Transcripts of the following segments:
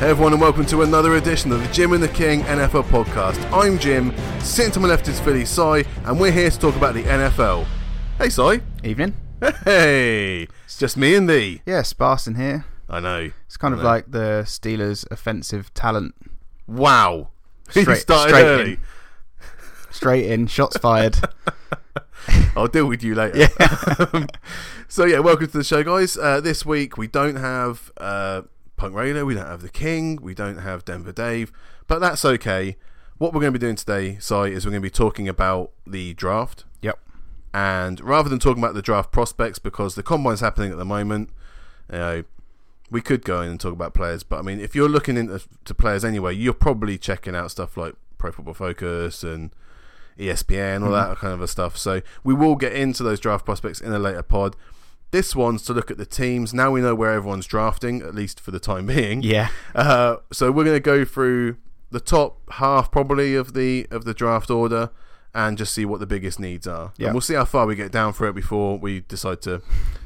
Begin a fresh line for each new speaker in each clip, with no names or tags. Hey everyone, and welcome to another edition of the Jim and the King NFL podcast. I'm Jim, sitting to my left is Philly Sai, and we're here to talk about the NFL. Hey Sai.
Evening.
Hey! It's just me and thee.
Yeah, Sparson here.
I know.
It's kind of
Hello.
like the Steelers' offensive talent.
Wow. he
Straight-
started
straight
early.
in. Straight in, shots fired.
I'll deal with you later. Um, so yeah, welcome to the show, guys. Uh, this week we don't have uh, Punk Radio, we don't have the King, we don't have Denver Dave, but that's okay. What we're going to be doing today, Si, is we're going to be talking about the draft,
Yep.
and rather than talking about the draft prospects because the combine's happening at the moment, you know, we could go in and talk about players. But I mean, if you're looking into to players anyway, you're probably checking out stuff like Pro Football Focus and E ESPN, all that kind of a stuff. So we will get into those draft prospects in a later pod. This one's to look at the teams. Now we know where everyone's drafting, at least for the time being.
Yeah.
Uh, so we're going to go through the top half probably of the of the draft order and just see what the biggest needs are.
Yeah.
And we'll see how far we get down for it before we decide to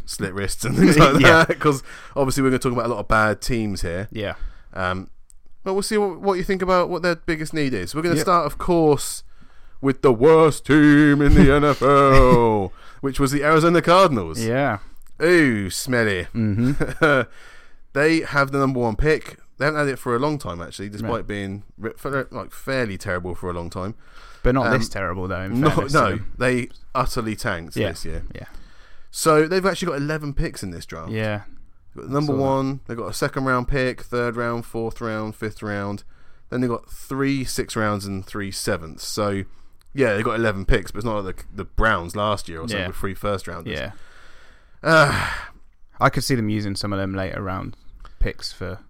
slit wrists and things like
Yeah.
that. Because obviously we're going to talk about a lot of bad teams here.
Yeah.
Um, but we'll see what, what you think about what their biggest need is. We're going to
Yep.
start, of course, with the worst team in the NFL, which was the Arizona Cardinals.
Yeah.
Ooh, smelly.
Mm-hmm.
they have the number one pick. They haven't had it for a long time, actually, despite
Right.
being re- fa- like fairly terrible for a long time.
But not
Um,
this terrible though. in
No,
fairness to
no,
them.
they utterly tanked
Yeah.
this year.
Yeah.
So they've actually got eleven picks in this draft.
Yeah.
They've got the number
Saw that.
one. They've got a second round pick, third round, fourth round, fifth round. Then they got three six rounds and three sevenths. So yeah, they got eleven picks, but it's not like the, the Browns last year or something
Yeah.
with three first rounders.
Yeah.
Ah,
I could see them using some of them later round picks for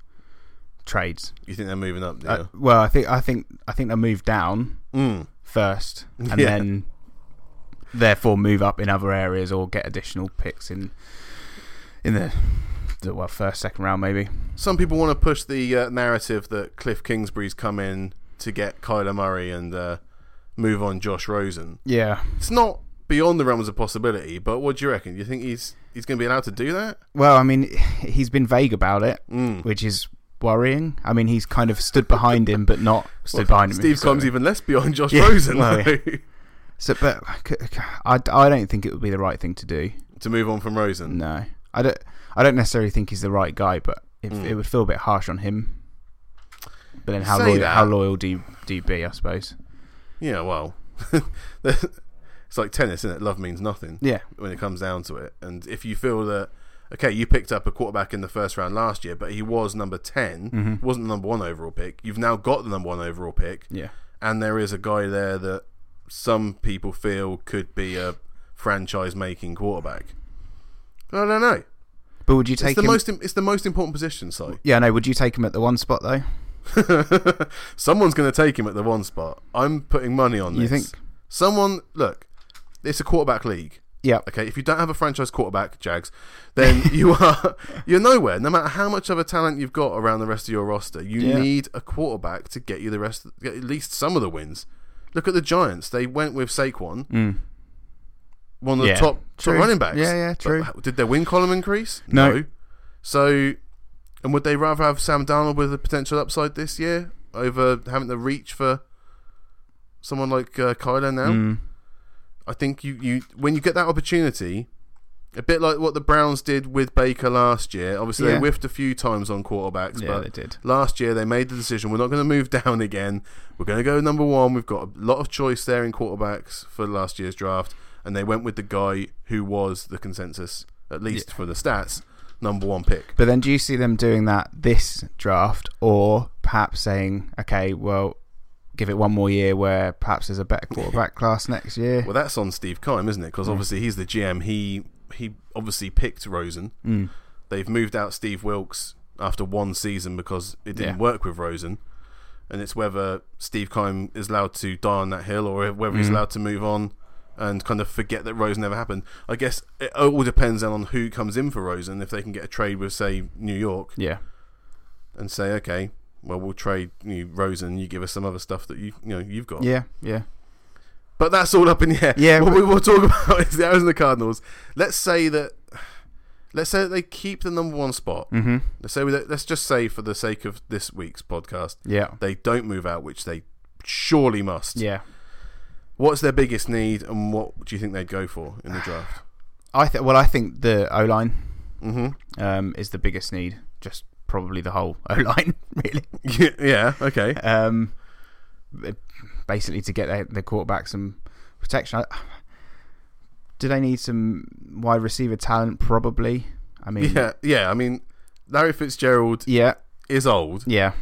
trades.
you think they're moving up? Yeah.
Uh, well, I think I think I think they move down
mm.
first and
Yeah.
then therefore move up in other areas or get additional picks in in the, the well first second round maybe.
Some people want to push the uh, narrative that Cliff Kingsbury's come in to get Kyler Murray and uh, move on Josh Rosen.
Yeah.
It's not beyond the realms of possibility, but what do you reckon? Do you think he's he's going to be allowed to do that?
Well, I mean, he's been vague about it,
Mm.
which is worrying. I mean, he's kind of stood behind him, but not stood behind him.
Steve
sort of
Combs even less beyond Josh
Yeah,
Rosen
well,
though,
So, but c- c- I, I don't think it would be the right thing to do.
to move on from Rosen.
No, I don't. I don't necessarily think he's the right guy, but if,
Mm.
it would feel a bit harsh on him. But then, how
Say
loyal,
that.
how loyal do you, do you be? I suppose.
Yeah, well, it's like tennis, isn't it? Love means nothing
Yeah.
when it comes down to it. And if you feel that okay, you picked up a quarterback in the first round last year, but he was number 10
Mhm.
wasn't the number one overall pick. You've now got the number one overall pick.
Yeah.
and there is a guy there that some people feel could be a franchise making quarterback. I don't know.
But would you
It's
take
the
him?
most im- it's the most important position, so
yeah, no. Would you take him at the one spot though?
someone's going to take him at the one spot. I'm putting money on
You
this.
think?
someone look? It's a quarterback league.
Yeah.
Okay, if you don't have a franchise quarterback, Jags, then you are you're nowhere. No matter how much other talent you've got around the rest of your roster, you
Yeah.
need a quarterback to get you the rest, get at least some of the wins. Look at the Giants; they went with Saquon,
Mm.
one of
Yeah.
the top, top
True.
running backs.
Yeah, yeah,
But
true.
how- did their win column increase?
No.
So, and would they rather have Sam Darnold with a potential upside this year over having to reach for someone like uh, Kyler now?
Mm.
I think you, you when you get that opportunity, a bit like what the Browns did with Baker last year. Obviously, they
Yeah.
whiffed a few times on quarterbacks,
Yeah,
but
they did.
last year they made the decision: we're not going to move down again. We're going to go number one. We've got a lot of choice there in quarterbacks for last year's draft, and they went with the guy who was the consensus, at least for the stats, number one pick.
But then, do you see them doing that this draft, or perhaps saying, okay, well, give it one more year where perhaps there's a better quarterback class next year?
Well, that's on Steve Kime, isn't it?
Mm.
Because obviously he's the GM. He he obviously picked Rosen.
Mm.
They've moved out Steve Wilkes after one season because it didn't
Yeah.
work with Rosen. And it's whether Steve Kime is allowed to die on that hill or whether
Mm.
he's allowed to move on and kind of forget that Rosen never happened. I guess it all depends then on who comes in for Rosen. If they can get a trade with, say, New York
Yeah.
and say, okay, well, we'll trade you Rosen, you give us some other stuff that you you know you've got.
Yeah. Yeah.
But that's all up in the air.
Yeah,
What
but-
we will talk about is the Arizona Cardinals. Let's say that Let's say they keep the number one spot.
Mm-hmm.
Let's say we, let's just say for the sake of this week's podcast,
Yeah.
they don't move out, which they surely must.
Yeah.
What's their biggest need, and what do you think they'd go for in the draft?
I th- well, I think the O line
hmm
um, is the biggest need. Just probably the whole O line, really.
yeah. Okay.
Um, basically, to get their, their quarterback some protection. I, do they need some wide receiver talent? Probably. I mean,
Yeah. Yeah. I mean, Larry Fitzgerald
yeah,
is old.
yeah.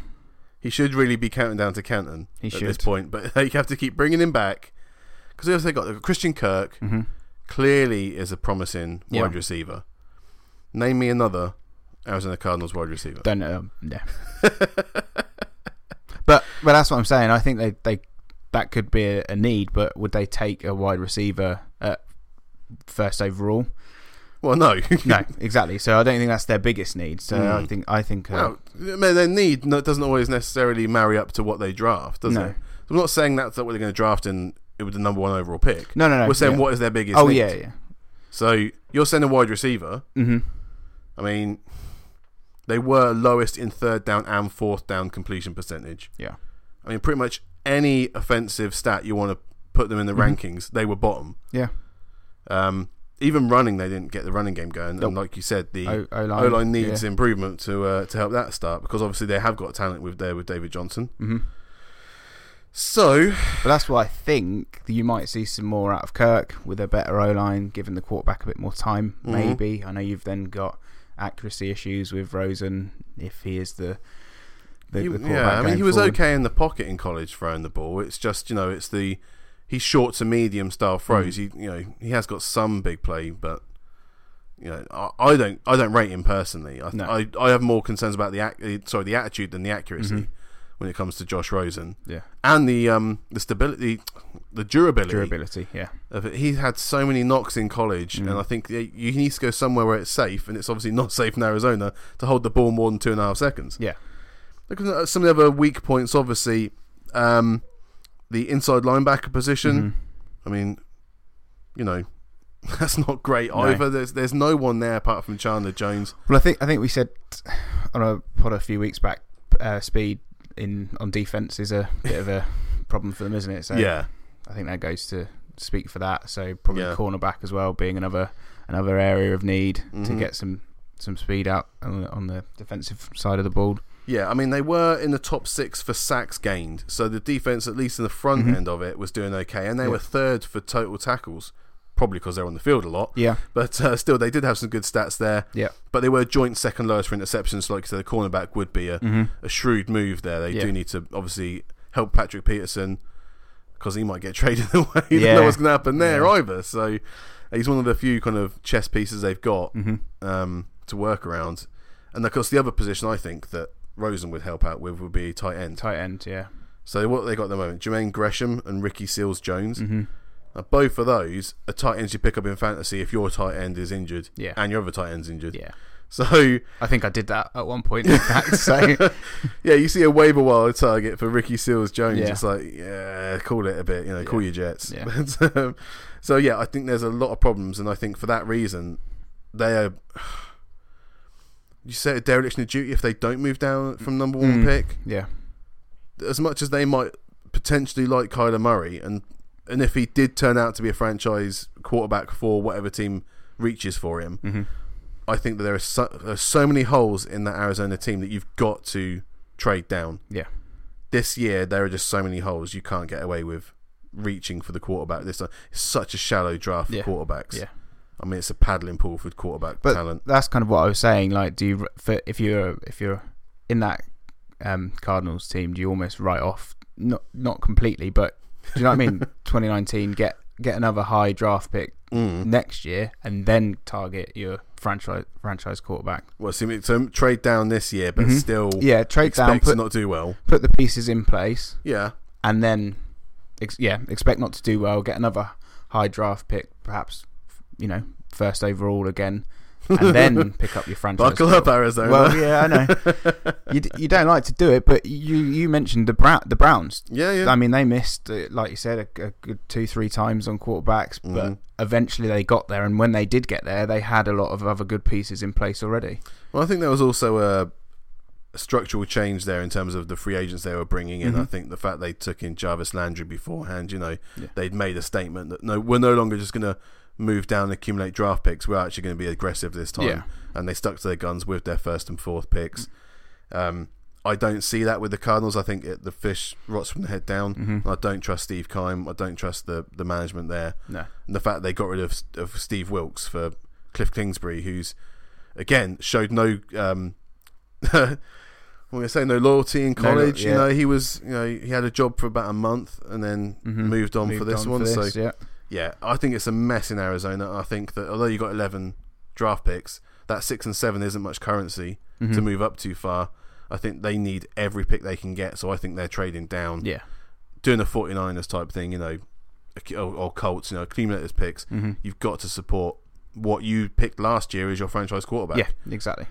He should really be counting down to Canton
He
at this
should.
point, but they have to keep bringing him back because they also got Christian Kirk.
hmm
Clearly, is a promising
Yeah.
wide receiver. Name me another Arizona Cardinals wide receiver.
Don't know. Um, Yeah. but but that's what I'm saying. I think they they that could be a, a need. But would they take a wide receiver at first overall?
Well, no,
No, exactly. So I don't think that's their biggest need. So I
Mm.
think I think uh,
Well, I mean, their need no- doesn't always necessarily marry up to what they draft, does
No.
it? So I'm not saying that's what they're going to draft in it with the number one overall pick.
no no no.
We're saying
yeah.
what is their biggest.
Oh
need.
yeah yeah.
So you're saying a wide receiver.
hmm
I mean, they were lowest in third down and fourth down completion percentage.
Yeah.
I mean, pretty much any offensive stat you want to put them in the
Mhm.
rankings, they were bottom.
Yeah.
Um, even running, they didn't get the running game going,
Nope. Oh,
and like you said, the
O line.
O line needs improvement to uh, to help that start because obviously they have got talent with there with David Johnson.
hmm
So
But that's why I think that you might see some more out of Kirk with a better O line, giving the quarterback a bit more time.
Mhm.
Maybe I know you've then got accuracy issues with Rosen if he is the the,
he-
the quarterback.
yeah, I mean
going
he was
forward.
okay in the pocket in college throwing the ball. It's just you know it's the he's short to medium style throws.
Mm.
He you know he has got some big play, but you know I, I don't I don't rate him personally. I,
No.
I I have more concerns about the ac- eh, sorry the attitude than the accuracy when it comes to Josh Rosen
Mm-hmm. Yeah,
and the um the stability the
durability. Yeah,
of it. He had so many knocks in college,
Mm.
and I think that you need to go somewhere where it's safe, and it's obviously not safe in Arizona to hold the ball more than two and a half seconds.
Yeah.
Look at uh, some of the other weak points, obviously, um, the inside linebacker position.
Mhm.
I mean, you know, that's not great
No.
either. There's there's no one there apart from Chandler Jones.
Well, I think I think we said on a pod a few weeks back, uh, speed in on defense is a bit of a problem for them, isn't it? So
yeah.
I think that goes to speak for that. So probably
Yeah.
cornerback as well being another another area of need to
Mhm.
get some some speed out on the, on the defensive side of the ball.
Yeah, I mean they were in the top six for sacks gained, so the defense, at least in the front
Mhm.
end of it, was doing okay, and they
Yeah.
were third for total tackles, probably because they're on the field a lot.
Yeah,
But uh, still, they did have some good stats there.
Yeah.
But they were joint second lowest for interceptions. Like so the cornerback would be a,
mm-hmm.
a shrewd move there. They
Yeah.
do need to obviously help Patrick Peterson because he might get traded away. You don't
Yeah.
know what's going to happen there
Yeah.
either. So he's one of the few kind of chess pieces they've got
Mm-hmm.
um, to work around. And of course, the other position I think that Rosen would help out with would be tight end.
tight end. Yeah,
So what they got at the moment, Jermaine Gresham and Ricky Seals Jones.
mm-hmm.
Now, both of those are tight ends you pick up in fantasy if your tight end is injured
Yeah.
and your other tight end's injured.
yeah.
So
I think I did that at one point. In fact, so
yeah, you see a waiver wire target for Ricky Seals Jones.
Yeah.
It's like yeah, call it a bit, you know, call your Jets.
Yeah.
But, um, so yeah, I think there's a lot of problems, and I think for that reason, they are. You say a dereliction of duty if they don't move down from number one
Mm.
pick.
yeah,
As much as they might potentially like Kyler Murray, and and if he did turn out to be a franchise quarterback for whatever team reaches for him,
mm-hmm.
I think that there are so, there are so many holes in that Arizona team that you've got to trade down.
Yeah.
This year there are just so many holes you can't get away with reaching for the quarterback this time. It's such a shallow draft
Yeah.
for quarterbacks.
Yeah.
I mean it's a paddling pool for quarterback
But-
talent.
that's kind of what I was saying. Like, do you for, if you're if you're in that um, Cardinals team, do you almost write off not not completely, but do you know what I mean? 2019, get get another high draft pick
Mm.
next year, and then target your franchise franchise quarterback.
Well, so, you- so trade down this year, but
Mhm.
still
Yeah, trade
expect
down,
to
put
not do well.
put the pieces in place,
Yeah,
and then ex- yeah, expect not to do well. Get another high draft pick, perhaps you know first overall again, and then pick up your franchise.
Buckle up, Arizona.
Well, yeah, I know. you, d- you don't like to do it, but you you mentioned the Brown the Browns.
yeah, yeah.
I mean, they missed, uh, like you said, a, a good two three times on quarterbacks, but
Mhm.
eventually they got there. And when they did get there, they had a lot of other good pieces in place already.
Well, I think there was also a, a structural change there in terms of the free agents they were bringing in. I
Mhm.
think the fact they took in Jarvis Landry beforehand, you know,
Yeah.
they'd made a statement that no, we're no longer just going to move down and accumulate draft picks. We're actually going to be aggressive this time.
Yeah.
And they stuck to their guns with their first and fourth picks. Um, I don't see that with the Cardinals. I think it, the fish rots from the head down.
Mhm.
I don't trust Steve Kime. I don't trust the, the management there.
No.
And the fact they got rid of, of Steve Wilkes for Cliff Kingsbury, who's again showed no um, I'm gonna say no loyalty in
lo-
college.
yeah.
You know, he was you know he had a job for about a month and then
Mhm.
moved on for
Moved
this one.
for
so
this, yeah.
yeah, I think it's a mess in Arizona. I think that although you got eleven draft picks, that six and seven isn't much currency to
Mhm.
move up too far. I think they need every pick they can get, so I think they're trading down
Yeah.
doing a 49ers type thing, you know, or, or Colts, you know, accumulators picks,
Mhm.
you've got to support what you picked last year as your franchise quarterback.
Yeah, exactly.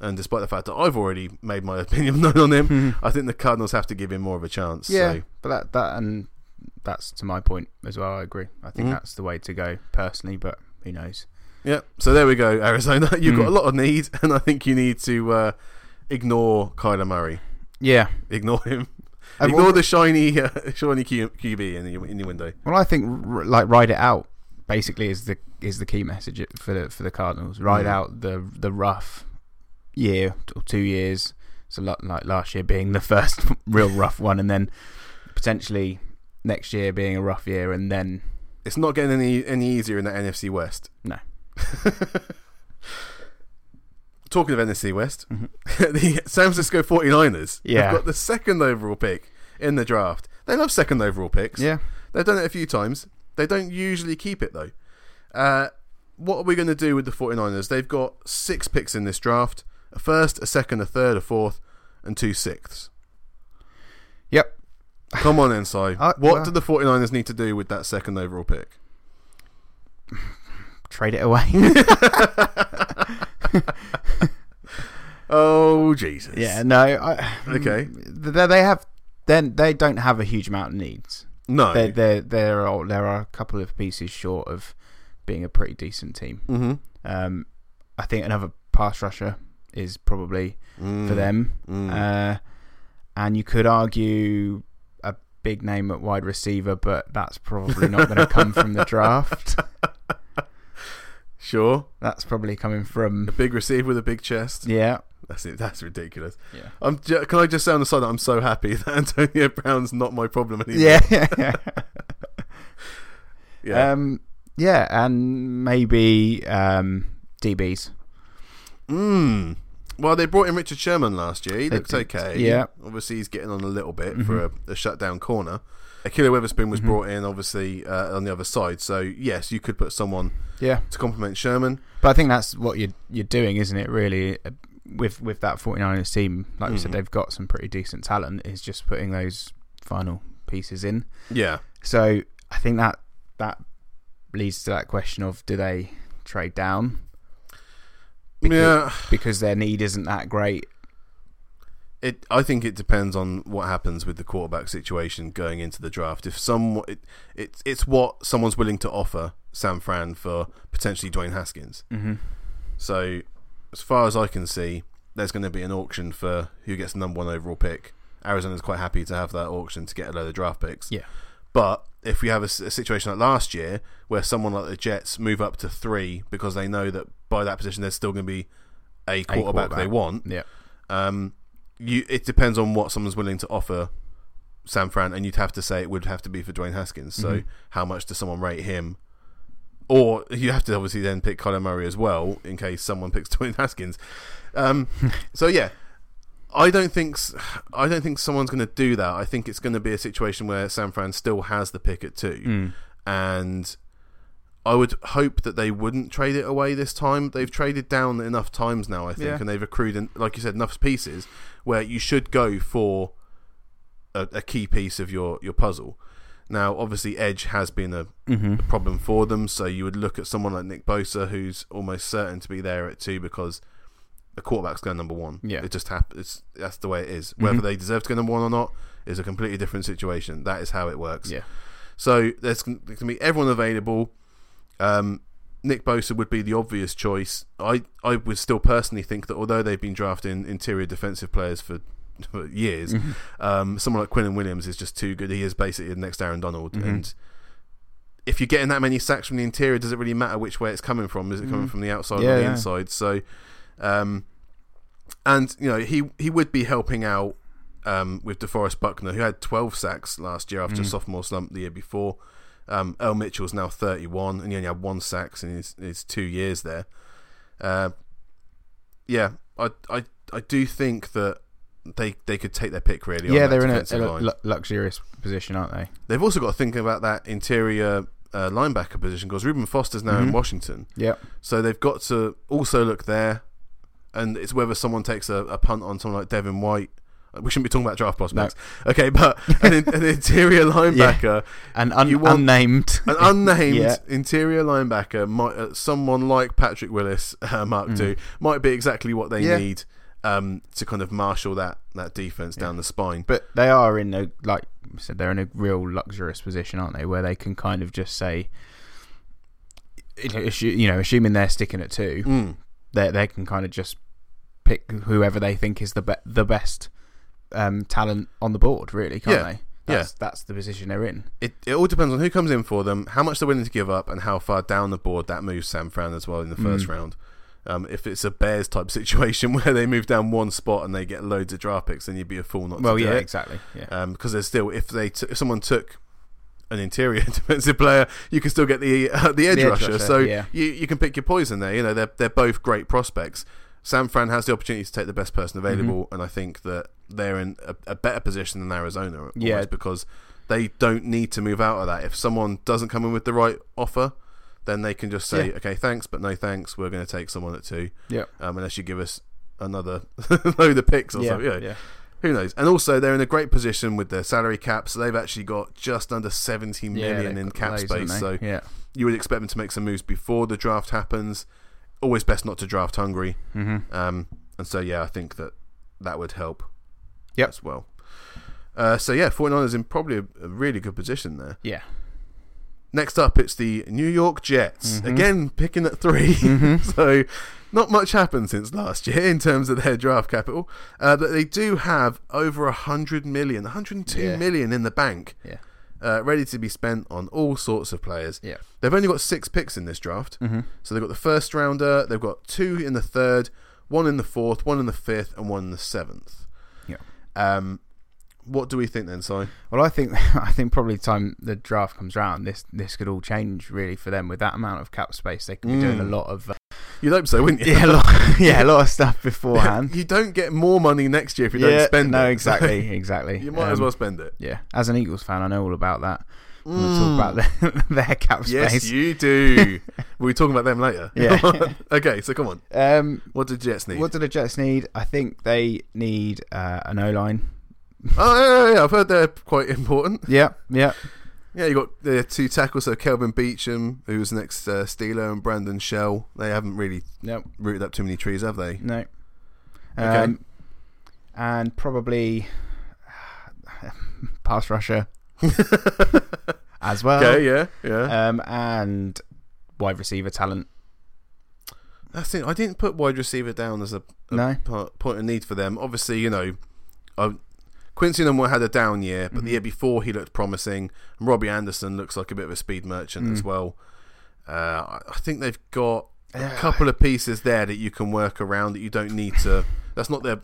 And despite the fact that I've already made my opinion known on him, I think the Cardinals have to give him more of a chance.
Mm-hmm. Yeah,
So,
but that that and that's to my point as well. I agree. I think
Mhm.
that's the way to go personally, but who knows?
yeah. So there we go, Arizona. You've got
Mm.
a lot of need, and I think you need to uh, ignore Kyler Murray.
Yeah.
Ignore him.
And
ignore
what-
the shiny, uh, shiny Q- QB in your, in your window.
Well, I think r- like ride it out basically is the is the key message for the for the Cardinals. Ride
Mhm.
out the the rough year or two years. So lo- like last year being the first real rough one, and then potentially next year being a rough year, and then
It's not getting any any easier in the NFC West.
No.
Talking of NFC West,
Mhm.
the San Francisco 49ers
Yeah.
have got the second overall pick in the draft. They love second overall picks.
yeah,
They've done it a few times. They don't usually keep it, though. Uh, what are we going to do with the 49ers? They've got six picks in this draft a first, a second, a third, a fourth, and two sixths.
yep.
Come on, Ensai.
Uh,
what
well-
do the 49ers need to do with that second overall pick?
Trade it away.
Oh, Jesus.
yeah, no. I,
Okay.
They, they have then they don't have a huge amount of needs.
No.
They they there are there are a couple of pieces short of being a pretty decent team.
mm-hmm.
Um, I think another pass rusher is probably
Mm.
for them. Uh, and you could argue a big name at wide receiver, but that's probably not going to come from the draft.
sure.
That's probably coming from
A big receiver with a big chest.
yeah.
That's it. That's ridiculous.
Yeah.
I'm. ju- Can I just say on the side that I'm so happy that Antonio Brown's not my problem anymore.
Yeah.
Yeah.
Um yeah, and maybe um DBs.
Mm. Well, they brought in Richard Sherman last year. He
They
looked
did.
okay.
Yeah. Mm-hmm.
Obviously, he's getting on a little bit for a, a shutdown corner. Akilah Witherspoon was brought in, obviously, uh, on the other side. So, yes, you could put someone
Yeah.
to complement Sherman.
But I think that's what you're you're doing, isn't it? Really, uh, with with that 49ers team, like we said,
Mhm.
they've got some pretty decent talent. It's just putting those final pieces in.
Yeah.
So I think that that leads to that question of do they trade down Because-
yeah.
because their need isn't that great?
It, I think it depends on what happens with the quarterback situation going into the draft. If some, it, it's it's what someone's willing to offer San Fran for potentially Dwayne Haskins.
Mm-hmm.
So, as far as I can see, there's going to be an auction for who gets the number one overall pick. Arizona's quite happy to have that auction to get a load of draft picks.
Yeah.
But if we have a, s- a situation like last year where someone like the Jets move up to three because they know that by that position there's still going to be a quarterback,
quarterback.
they want.
Yeah.
Um, you it depends on what someone's willing to offer San Fran, and you'd have to say it would have to be for Dwayne Haskins. So how much does someone rate him? Or you have to obviously then pick Kyler Murray as well in case someone picks Dwayne Haskins. Um, so yeah, I don't think s- I don't think someone's going to do that. I think it's going to be a situation where San Fran still has the pick at two,
Mm.
and I would hope that they wouldn't trade it away this time. They've traded down enough times now, I think,
Yeah.
and they've accrued, en- like you said, enough pieces where you should go for a, a key piece of your your puzzle. Now, obviously, Edge has been a
Mm-hmm.
problem for them. So you would look at someone like Nick Bosa, who's almost certain to be there at two because the quarterback's going number one.
Yeah.
it just happens. That's the way it is. Whether
Mhm.
they deserve to go number one or not is a completely different situation. That is how it works.
Yeah.
So there's going to be everyone available. Um, Nick Bosa would be the obvious choice. I, I would still personally think that although they've been drafting interior defensive players for, for years,
Mhm.
um, someone like Quinn Williams is just too good. He is basically the next Aaron Donald.
Mhm.
And if you're getting that many sacks from the interior, does it really matter which way it's coming from? Is it coming
Mm.
from the outside
Yeah,
or the
yeah.
inside? So, um, and you know he he would be helping out um, with DeForest Buckner, who had 12 sacks last year after a
Mm.
sophomore slump the year before. Um, Earl Mitchell's now 31, and he only had one sacks in his, his two years there. Uh, yeah, I, I I do think that they they could take their pick really.
Yeah,
on that
they're in a,
defensive
a
line.
lu- luxurious position, aren't they?
They've also got to think about that interior uh, linebacker position because Ruben Foster's now in
Mhm.
Washington.
Yeah.
So they've got to also look there, and it's whether someone takes a, a punt on someone like Devin White. We shouldn't be talking about draft prospects, okay? But an, in- an interior linebacker,
And un-
You want-
unnamed.
an unnamed
Yeah.
interior linebacker, might uh, someone like Patrick Willis, uh, Mark
Mm.
Two, might be exactly what they
Yeah.
need um, to kind of marshal that that defense down the spine.
But they are in a like I said, they're in a real luxurious position, aren't they? Where they can kind of just say, you know, assu- you know, assuming they're sticking at two,
Mm.
they they can kind of just pick whoever they think is the be- the best um, talent on the board, really, can't
Yeah.
they? That's, that's the position they're in.
it, it all depends on who comes in for them, how much they're willing to give up, and how far down the board that moves San Fran as well in the first
Mm.
round. Um, if it's a Bears type situation where they move down one spot and they get loads of draft picks, then you'd be a fool not
Well,
to do
yeah,
it.
exactly. Yeah,
Because there's still if they t- if someone took an interior defensive player, you can still get the uh, the edge
The edge
rusher.
rusher,
So
yeah.
you you can pick your poison there. You know they're they're both great prospects. San Fran has the opportunity to take the best person available,
Mm-hmm.
and I think that they're in a, a better position than Arizona, almost,
Yeah.
because they don't need to move out of that. If someone doesn't come in with the right offer, then they can just say,
Yeah.
"Okay, thanks, but no thanks. We're going to take someone at two,
Yeah.
um, unless you give us another load of picks or something." you know
yeah.
who knows? And also, they're in a great position with their salary cap, so they've actually got just under seventy million
they've
in
got
cap
loads, haven't
space. So
they? yeah,
you would expect them to make some moves before the draft happens. Always best not to draft hungry.
hmm
Um, and so, yeah, I think that that would help
Yep.
as well. Uh, so, yeah, 49ers in probably a, a really good position there.
yeah.
Next up, it's the New York Jets.
Mhm.
Again, picking at 3
Mhm.
so, not much happened since last year in terms of their draft capital. Uh, but they do have over 100 million, 102 million
Yeah.
in the bank,
Yeah.
uh, ready to be spent on all sorts of players.
Yeah.
They've only got six picks in this draft.
Mm-hmm.
So, they've got the first rounder, they've got two in the third, one in the fourth, one in the fifth, and one in the seventh.
Yeah.
Um, what do we think then, Si?
Well, I think I think probably time the draft comes round, this this could all change really for them with that amount of cap space. They could be doing a
Mm.
lot of uh,
You'd hope so, wouldn't you?
yeah, a lot, yeah, a lot of stuff beforehand.
You don't get more money next year if you
yeah,
don't spend it.
no,
so
exactly, exactly.
you might as
Um,
well spend it.
Yeah, as an Eagles fan, I know all about that. We'll
Mm.
talk about their, their cap
yes,
space.
you do. We'll be talking about them later.
Yeah.
okay, so come on.
um,
What did Jets need?
what do the Jets need? I think they need uh, an O line.
Oh, yeah, yeah, yeah, I've heard they're quite important.
Yeah, yeah,
Yeah, you got the two tackles, so Kelvin Beecham, who was next uh, Steeler, and Brandon Shell. They haven't really
no,
rooted up too many trees, have they?
no. Um,
Okay.
And probably pass rusher as well.
okay, yeah, yeah.
um, and wide receiver talent.
That's it. I didn't put wide receiver down as a, a
No.
part, point of need for them. Obviously, you know, I, Quincy Numwell had a down year, but the year before he looked promising. And Robbie Anderson looks like a bit of a speed merchant as well. Uh, I- I think they've got a
Yeah.
couple of pieces there that you can work around that you don't need to. That's not their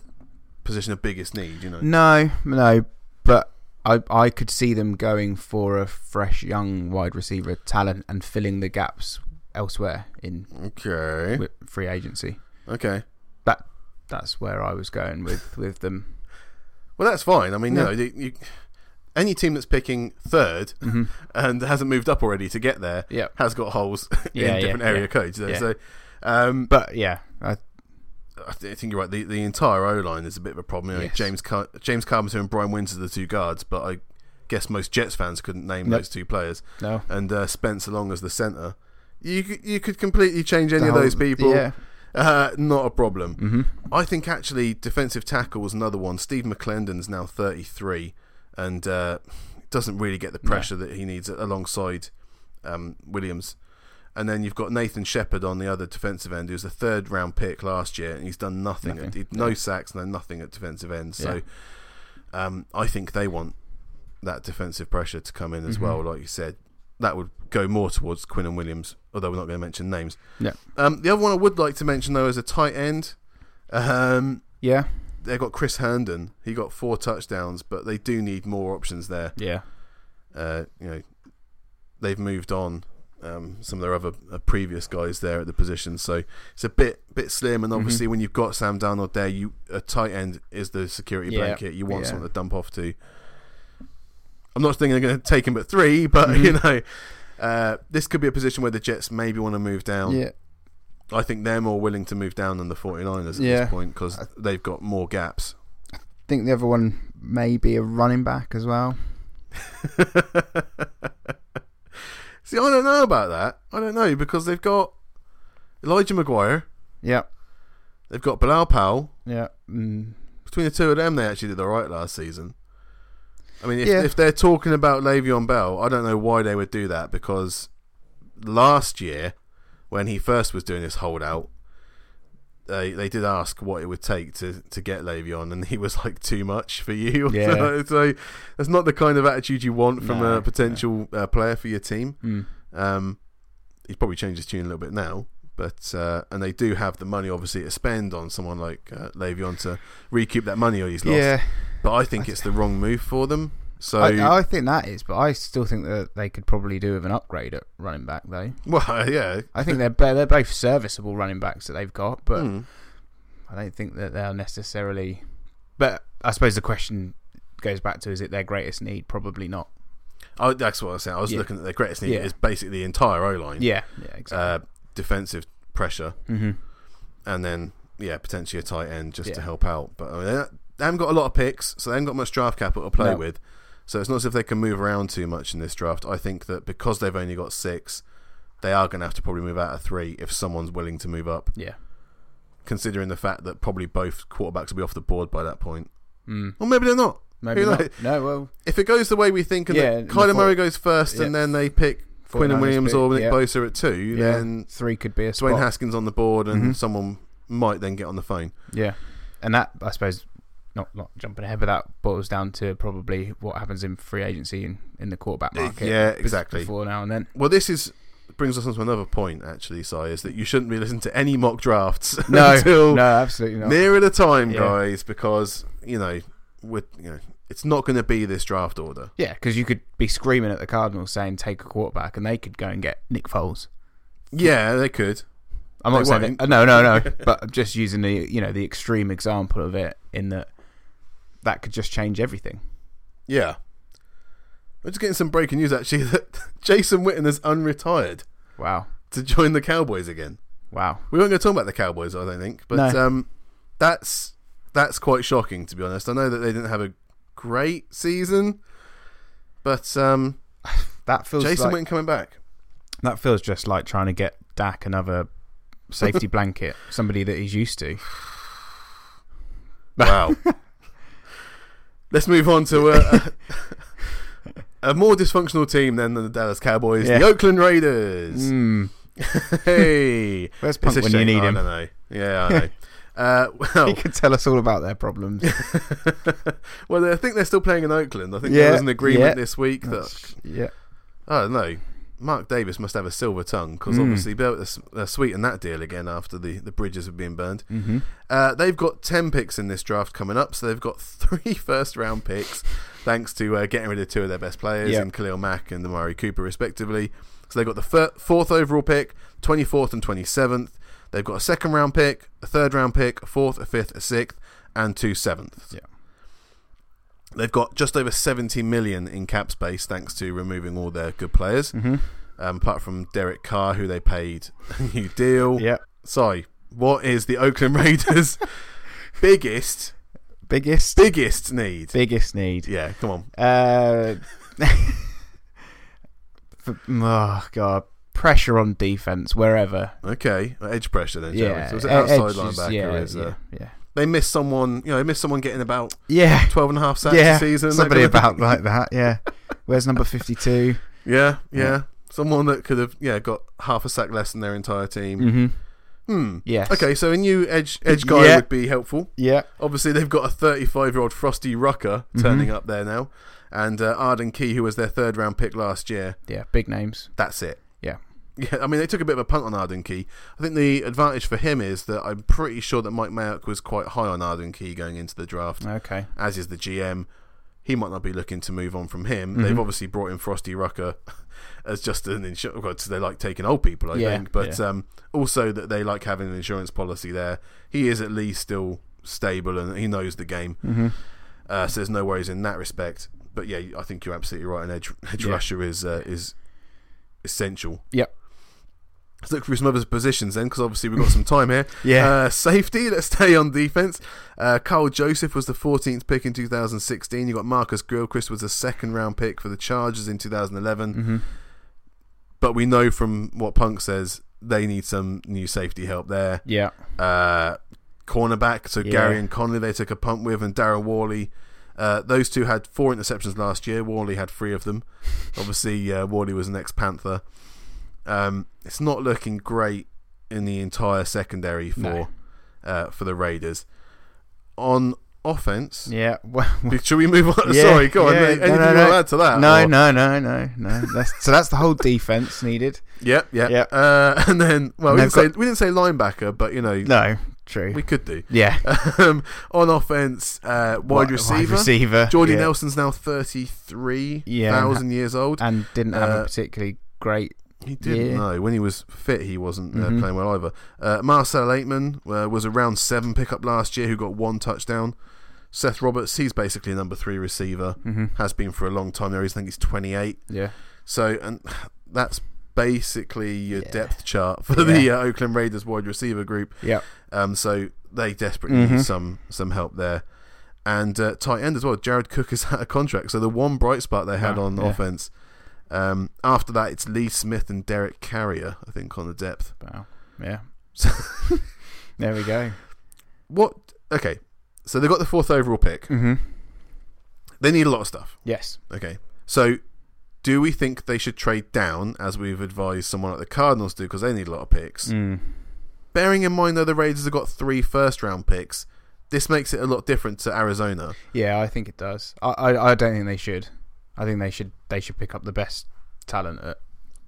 position of biggest need, you know.
No, no, but I I could see them going for a fresh young wide receiver talent and filling the gaps elsewhere in
Okay.
with free agency.
Okay.
That that's where I was going with with them.
Well, that's fine. I mean,
Yeah.
no, you, you, any team that's picking 3rd
Mm-hmm.
and hasn't moved up already to get there
Yeah.
has got holes
Yeah,
in
yeah,
different area
yeah.
codes. So,
Yeah.
so, um,
But yeah, I,
I, th- I think you're right. The, the entire O line is a bit of a problem. You know,
Yes.
James Car- James Carpenter and Brian Wins are the two guards, but I guess most Jets fans couldn't name
Nope.
those two players,
No.
and uh, Spence along as the centre. You c- you could completely change any
The
of
whole-
those people.
Yeah.
Uh, not a problem.
Mm-hmm.
I think actually defensive tackle was another one. Steve McClendon's now 33 and uh, doesn't really get the
No.
pressure that he needs alongside um, Williams. And then you've got Nathan Shepard on the other defensive end, who's a third round pick last year, and he's done nothing.
Nothing.
At, he- no sacks, no nothing at defensive end. So um, I think they want that defensive pressure to come in as
Mhm.
well, like you said. That would go more towards Quinn and Williams, although we're not going to mention names.
Yeah.
Um, the other one I would like to mention, though, is a tight end. Um,
Yeah.
they got Chris Herndon. He got four touchdowns, but they do need more options there.
Yeah.
Uh, you know, they've moved on um, some of their other uh, previous guys there at the position, so it's a bit bit slim. And
Mm-hmm.
obviously, when you've got Sam Darnold there, you a tight end is the security
Yeah.
blanket. You want
Yeah.
someone to dump off to. I'm not thinking they're going to take him at three, but
Mm-hmm.
you know, uh, this could be a position where the Jets maybe want to move down.
Yeah.
I think they're more willing to move down than the 49ers at
Yeah.
this point because they've got more gaps.
think the other one may be a running back as well.
See, I don't know about that. I don't know because they've got Elijah Maguire,
Yeah.
they've got Bilal Powell.
Yeah. Mm.
Between the two of them, they actually did all right last season. I mean, if,
Yeah.
if they're talking about Le'Veon Bell, I don't know why they would do that because last year, when he first was doing this holdout, they they did ask what it would take to, to get Le'Veon, and he was like, too much for you.
Yeah.
so that's not the kind of attitude you want from
No,
a
no.
potential uh, player for your team.
Mm.
Um, he's probably changed his tune a little bit now, but uh, and they do have the money obviously to spend on someone like uh, Le'Veon to recoup that money he's lost.
Yeah.
But I think it's the wrong move for them. So
I, I think that is, but I still think that they could probably do with an upgrade at running back though.
well, yeah,
I think they're bo- they're both serviceable running backs that they've got, but
Hmm.
I don't think that they're necessarily. But I suppose the question goes back to: Is it their greatest need? Probably not.
I, that's what I was saying. I was
Yeah.
looking at their greatest need
Yeah.
is basically the entire O line,
Yeah. Yeah.
uh,
Exactly.
defensive pressure,
hmm
and then yeah, potentially a tight end just to
Yeah.
help out. But I mean, they they haven't got a lot of picks, so they haven't got much draft capital to play
No.
with. So it's not as if they can move around too much in this draft. I think that because they've only got six, they are going to have to probably move out of three if someone's willing to move up.
Yeah.
Considering the fact that probably both quarterbacks will be off the board by that point,
Mm.
or maybe they're not.
Maybe
Who
not.
knows?
No. Well,
If it goes the way we think, and
Yeah,
that
and the
Kyler
four-
Murray goes first, and
Yeah.
then they pick Quinn and
49ers
Williams
pick,
or Nick
yeah.
Bosa at two,
Yeah.
then
three could be a
Dwayne
spot.
Haskins on the board, and
Mhm.
someone might then get on the phone.
Yeah, and that I suppose not not jumping ahead, but that boils down to probably what happens in free agency and in the quarterback market.
yeah,
be-
exactly.
Before now and then.
Well, this is brings us on to another point, actually, Si, is that you shouldn't be listening to any mock drafts
No,
until
no, absolutely not.
nearer the time,
Yeah.
guys, because you know, with you know, it's not going to be this draft order.
Yeah, because you could be screaming at the Cardinals saying take a quarterback, and they could go and get Nick Foles.
Yeah, they could.
I'm
They
not saying
won't.
that, Uh, no, no, no, but I'm just using the you know the extreme example of it in that that could just change everything.
Yeah. We're just getting some breaking news actually that Jason Witten has unretired
Wow,
to join the Cowboys again.
wow,
We weren't going to talk about the Cowboys, I don't think, but
No.
um, that's that's quite shocking to be honest. I know that they didn't have a great season, but um,
that feels
Jason
like,
Witten coming back.
that feels just like trying to get Dak another safety blanket, somebody that he's used to.
Wow. Let's move on to a, a, a more dysfunctional team than the Dallas Cowboys,
Yeah.
the Oakland Raiders.
Mm.
hey,
Where's
It's
Punk
a
when you
shame.
need
I
him?
don't know. Yeah, I know. uh,
He
well,
could tell us all about their problems.
well, I think they're still playing in Oakland. I think
Yeah,
there was an agreement
yeah.
this week that
That's- yeah,
I don't know. Mark Davis must have a silver tongue because
Mm.
obviously they were uh, sweeten that deal again after the, the bridges have been burned.
mm-hmm.
Uh, they've got 10 picks in this draft coming up, so they've got three first round picks, thanks to uh, getting rid of two of their best players
Yeah.
in Khalil Mack and Amari Cooper, respectively. So they've got the fir- fourth overall pick, 24th and 27th. They've got a second round pick, a third round pick, a fourth, a fifth, a sixth, and two sevenths.
Yeah.
They've got just over 70 million in cap space, thanks to removing all their good players,
Mm-hmm.
um, apart from Derek Carr, who they paid a new deal.
yeah.
Sorry, what is the Oakland Raiders' biggest
biggest
Biggest need.
biggest need.
Yeah, come on.
Uh, for- oh god, pressure on defense wherever.
Okay, edge pressure then. Yeah,
Yeah,
so it's an
e-
outside
edge is-
linebacker.
Yeah,
is, uh,
yeah,
They missed someone. You know, they missed someone getting about
yeah.
12 and a half sacks
yeah,
a season. that
somebody
kind of thing.
about like that. Yeah, where's number fifty-two?
Yeah, yeah,
Yeah.
Someone that could have yeah got half a sack less than their entire team.
Mm-hmm.
Hmm.
Yes.
Okay, so a new edge edge guy
Yeah.
would be helpful.
Yeah.
Obviously, they've got a 35 year old Frosty Rucker
Mm-hmm.
turning up there now, and uh, Arden Key, who was their third round pick last year.
Yeah. Big names.
That's it.
Yeah.
Yeah, I mean they took a bit of a punt on Arden Key. I think the advantage for him is that I'm pretty sure that Mike Mayock was quite high on Arden Key going into the draft
Okay.
as is the GM. He might not be looking to move on from him.
Mm-hmm.
They've obviously brought in Frosty Rucker as just an insurance. Well, 'cause they like taking old people, I
Yeah,
think, but
yeah.
um, also that they like having an insurance policy there. He is at least still stable and he knows the game,
Mm-hmm.
uh, so there's no worries in that respect. But yeah, I think you're absolutely right. An edge, edge
Yeah.
rusher is uh, is essential.
Yep.
Let's look through some other positions then, because obviously we've got some time here.
Yeah.
Uh, safety, let's stay on defense. Uh, Carl Joseph was the 14th pick in 2016. You got Marcus Grilchrist was a second round pick for the Chargers in 2011.
mm-hmm.
But we know from what Punk says, they need some new safety help there.
Yeah.
Uh, cornerback, so
Yeah.
Gary and Conley, they took a punt with, and Darrell Worley. Uh, those two had four interceptions last year. Worley had three of them. Obviously, uh, Worley was an ex Panther. Um, it's not looking great in the entire secondary for
No.
uh, for the Raiders. On offense,
Yeah. Well,
should we move on?
Yeah,
Sorry, go on.
yeah.
Anything
No, no,
you want
no.
to add to that?
no,
or-
no, no, no, no. That's, so that's the whole defense needed.
Yep, yep.
Yep.
Uh, and then, well,
And
we
they've
didn't, say, we didn't say linebacker, but you know,
No. True.
we could do.
yeah.
um, on offense, uh, wide, receiver.
Wide receiver.
Jordy
yeah.
Nelson's now thirty three thousand
Yeah.
years old.
And didn't have
Uh,
a particularly great.
He didn't
yeah.
know when he was fit. He wasn't uh,
Mhm.
playing well either. Uh, Marcel Aitman uh, was a round seven pickup last year, who got one touchdown. Seth Roberts, he's basically a number three receiver,
Mm-hmm.
has been for a long time now. He's, I think he's twenty eight.
Yeah.
So, and that's basically your
Yeah.
depth chart for the uh, Oakland Raiders wide receiver group.
Yep.
Um, so they desperately
Mhm.
need some some help there. And uh, tight end as well. Jared Cook is out of contract, so the one bright spot they had
Wow,
on
Ah, yeah.
offense. Um, after that, it's Lee Smith and Derek Carrier, I think, on the depth.
Wow. Yeah.
So-
there we go.
What? Okay, so they got the fourth overall pick.
Mm-hmm.
They need a lot of stuff.
Yes.
Okay, so do we think they should trade down as we've advised someone like the Cardinals do because they need a lot of picks?
Mm.
Bearing in mind though the Raiders have got three first round picks, this makes it a lot different to Arizona.
Yeah, I think it does. I, I, I don't think they should. I think they should they should pick up the best talent at,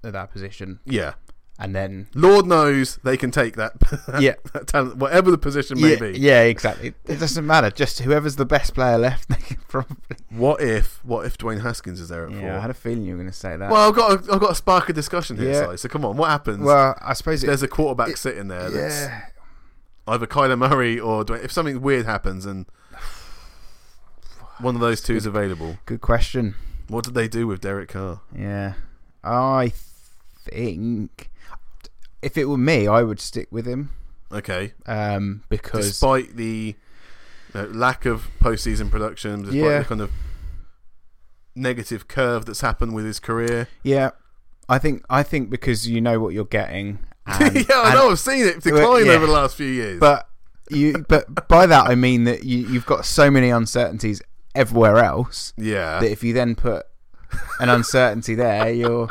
at that position
Yeah.
and then
Lord knows they can take that,
yeah
that talent, whatever the position may
yeah,
be.
yeah exactly. It doesn't matter. Just whoever's the best player left, they can probably.
What if what if Dwayne Haskins is there at
Yeah, I had
four?
a feeling you were going to say that.
Well, I've got a, I've got a spark of discussion here,
Yeah.
Si, so come on, what happens?
Well, I suppose it,
There's a quarterback
it-
sitting there that's
yeah.
either Kyler Murray or Dwayne, if something weird happens and one of those two is available,
Good question.
what did they do with Derek Carr?
Yeah, I think if it were me, I would stick with him
Okay,
um, because
despite the you know, lack of postseason production, despite
Yeah.
the kind of negative curve that's happened with his career.
yeah, I think I think because you know what you're getting.
yeah,
And,
I
and-
know. I've seen it decline
yeah.
over the last few years.
But you, but by that I mean that you, you've got so many uncertainties everywhere else
yeah.
that if you then put an uncertainty there, you're.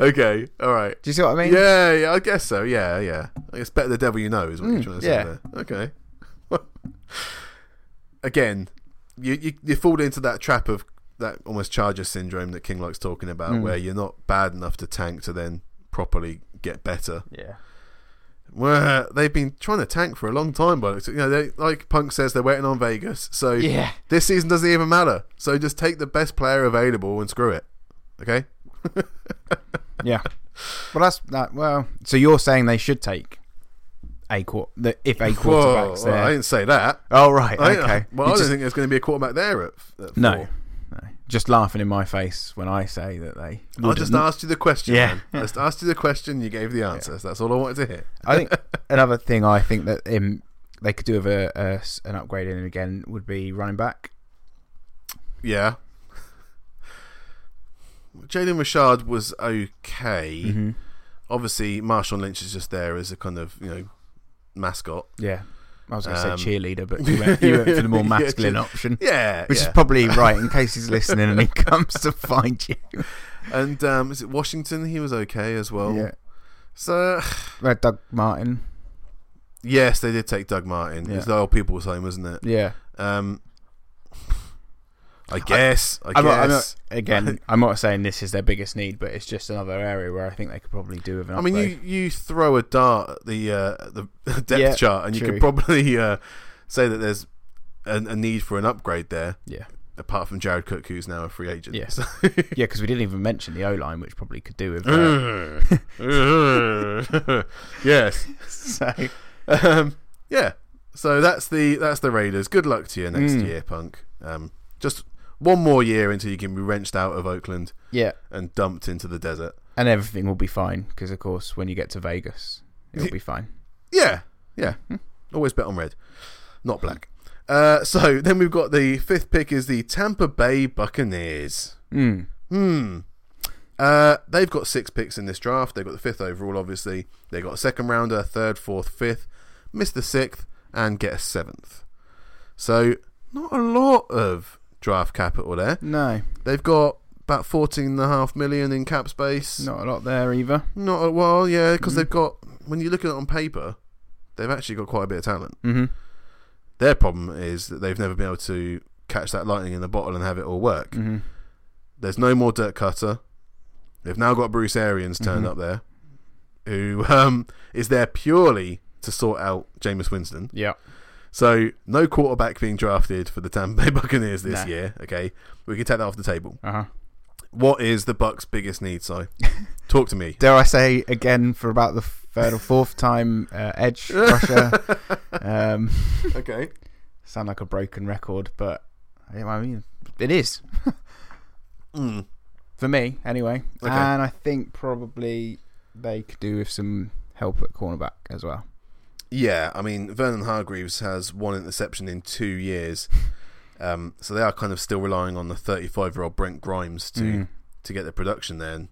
okay. All right.
Do you see what I mean?
Yeah, yeah, I guess so. Yeah, yeah. It's better the devil you know is what you're trying to say
yeah.
there. Okay. Again, you, you you fall into that trap of that almost Charger syndrome that King likes talking about,
Mm.
where you're not bad enough to tank to then properly get better.
Yeah.
Well, they've been trying to tank for a long time, but you know, they, like Punk says, they're waiting on Vegas. So
Yeah.
this season doesn't even matter. So just take the best player available and screw it. Okay.
Yeah. Well, that's that. Well, so you're saying they should take a quar- the if a quarterback's
Whoa, well, I
there.
didn't say that.
Oh right.
I- uh,
Okay.
well, I
You
don't
just-
think there's going to be a quarterback there at, at
no.
four.
No. Just laughing in my face when I say that they.
I just
wouldn't.
asked you the question.
Yeah.
man. I just asked you the question. You gave the answers. That's all I wanted to hear.
I think another thing I think that um, they could do with a, a s- an upgrade in again would be running back.
Yeah. Jalen Richard was okay.
Mm-hmm.
Obviously, Marshawn Lynch is just there as a kind of you know mascot.
Yeah, I was going to
Um,
say cheerleader, but you went, you went for the more
Yeah,
masculine
cheer-
option,
Yeah,
which
yeah.
is probably right in case he's listening and he comes to find you.
and um, is it Washington? He was okay as well.
yeah,
So
like Doug Martin.
yes, they did take Doug Martin. It
Yeah.
was the old people's home, wasn't it?
Yeah,
Um, I guess. I, guess.
I'm not- I'm not- again, I'm not saying this is their biggest need, but it's just another area where I think they could probably do with an
I mean,
upgrade.
you, you throw a dart at the uh, at the depth
Yeah,
chart, and you
true.
could probably uh, say that there's a, a need for an upgrade there.
Yeah.
Apart from Jared Cook, who's now a free agent.
Yeah.
So-
Yeah, because we didn't even mention the O line, which probably could do with. That.
yes.
so
Um, yeah. So that's the that's the Raiders. Good luck to you next
Mm.
year, Punk. Um, just one more year until you can be wrenched out of Oakland
yeah,
and dumped into the desert.
and everything will be fine because, of course, when you get to Vegas, it'll be fine. Hmm.
Yeah, yeah. Always bet on red, not black. Uh, so then we've got the fifth pick is the Tampa Bay Buccaneers.
Mm.
Hmm. Uh, they've got six picks in this draft. They've got the fifth overall, obviously. They got a second rounder, third, fourth, fifth, miss the sixth, and get a seventh. So not a lot of draft capital there.
No,
They've got about fourteen and a half million in cap space.
not a lot there either.
Not a well, yeah, because
Mhm.
they've got. When you look at it on paper, they've actually got quite a bit of talent.
Mm-hmm.
Their problem is that they've never been able to catch that lightning in the bottle and have it all work.
Mm-hmm.
There's no more Dirt Cutter. They've now got Bruce Arians turned
Mhm.
up there, who um, is there purely to sort out Jameis Winston.
Yeah.
So no quarterback being drafted for the Tampa Bay Buccaneers this
Nah.
year. Okay, we can take that off the table.
Uh huh.
What is the Bucks' biggest need? Si? talk to me.
Dare I say again for about the third or fourth time, uh, edge rusher. um,
Okay.
sound like a broken record, but yeah, I mean, it is
Mm.
for me anyway.
Okay.
And I think probably they could do with some help at cornerback as well.
Yeah, I mean Vernon Hargreaves has one interception in two years, um, so they are kind of still relying on the 35-year-old Brent Grimes to
Mm.
to get the production. Then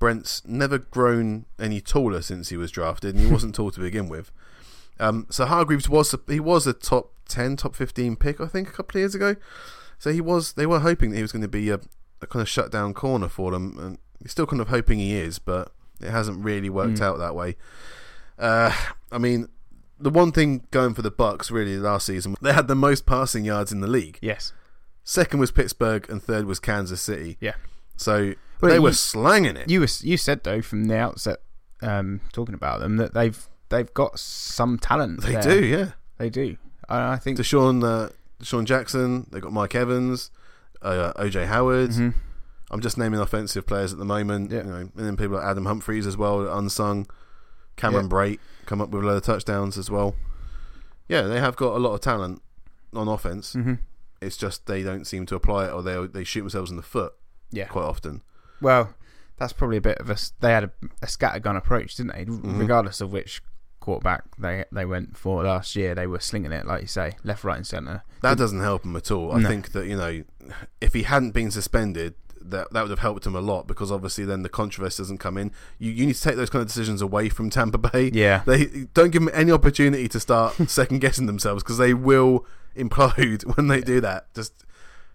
Brent's never grown any taller since he was drafted, and he wasn't tall to begin with. Um, so Hargreaves was he was a top 10, top 15 pick, I think, a couple of years ago. So he was they were hoping that he was going to be a, a kind of shut down corner for them, and he's still kind of hoping he is, but it hasn't really worked
Mm.
out that way. Uh, I mean, the one thing going for the Bucks really last season, they had the most passing yards in the league.
Yes.
Second was Pittsburgh, and third was Kansas City.
Yeah.
So
Well,
they
you-
were slanging it.
You were, you said though from the outset, um, talking about them that they've they've got some talent.
they
there.
do, yeah.
They do. And I think.
Deshaun, uh, Deshaun Jackson. They got Mike Evans, uh, OJ Howard.
Mhm.
I'm just naming offensive players at the moment.
Yeah.
You know, and then people like Adam Humphreys as well, unsung. Cameron
Yeah.
Brate come up with a lot of touchdowns as well. Yeah, they have got a lot of talent on offense.
Mhm.
It's just they don't seem to apply it, or they they shoot themselves in the foot
Yeah.
quite often.
Well, that's probably a bit of a. s- They had a, a scattergun approach, didn't they?
Mm-hmm.
Regardless of which quarterback they they went for last year, they were slinging it, like you say, left, right, and centre.
That doesn't help him at all. I
No.
think that you know, if he hadn't been suspended, that that would have helped him a lot because obviously then the controversy doesn't come in. You you need to take those kind of decisions away from Tampa Bay.
Yeah.
They don't give them any opportunity to start second guessing themselves because they will implode when they do that. Just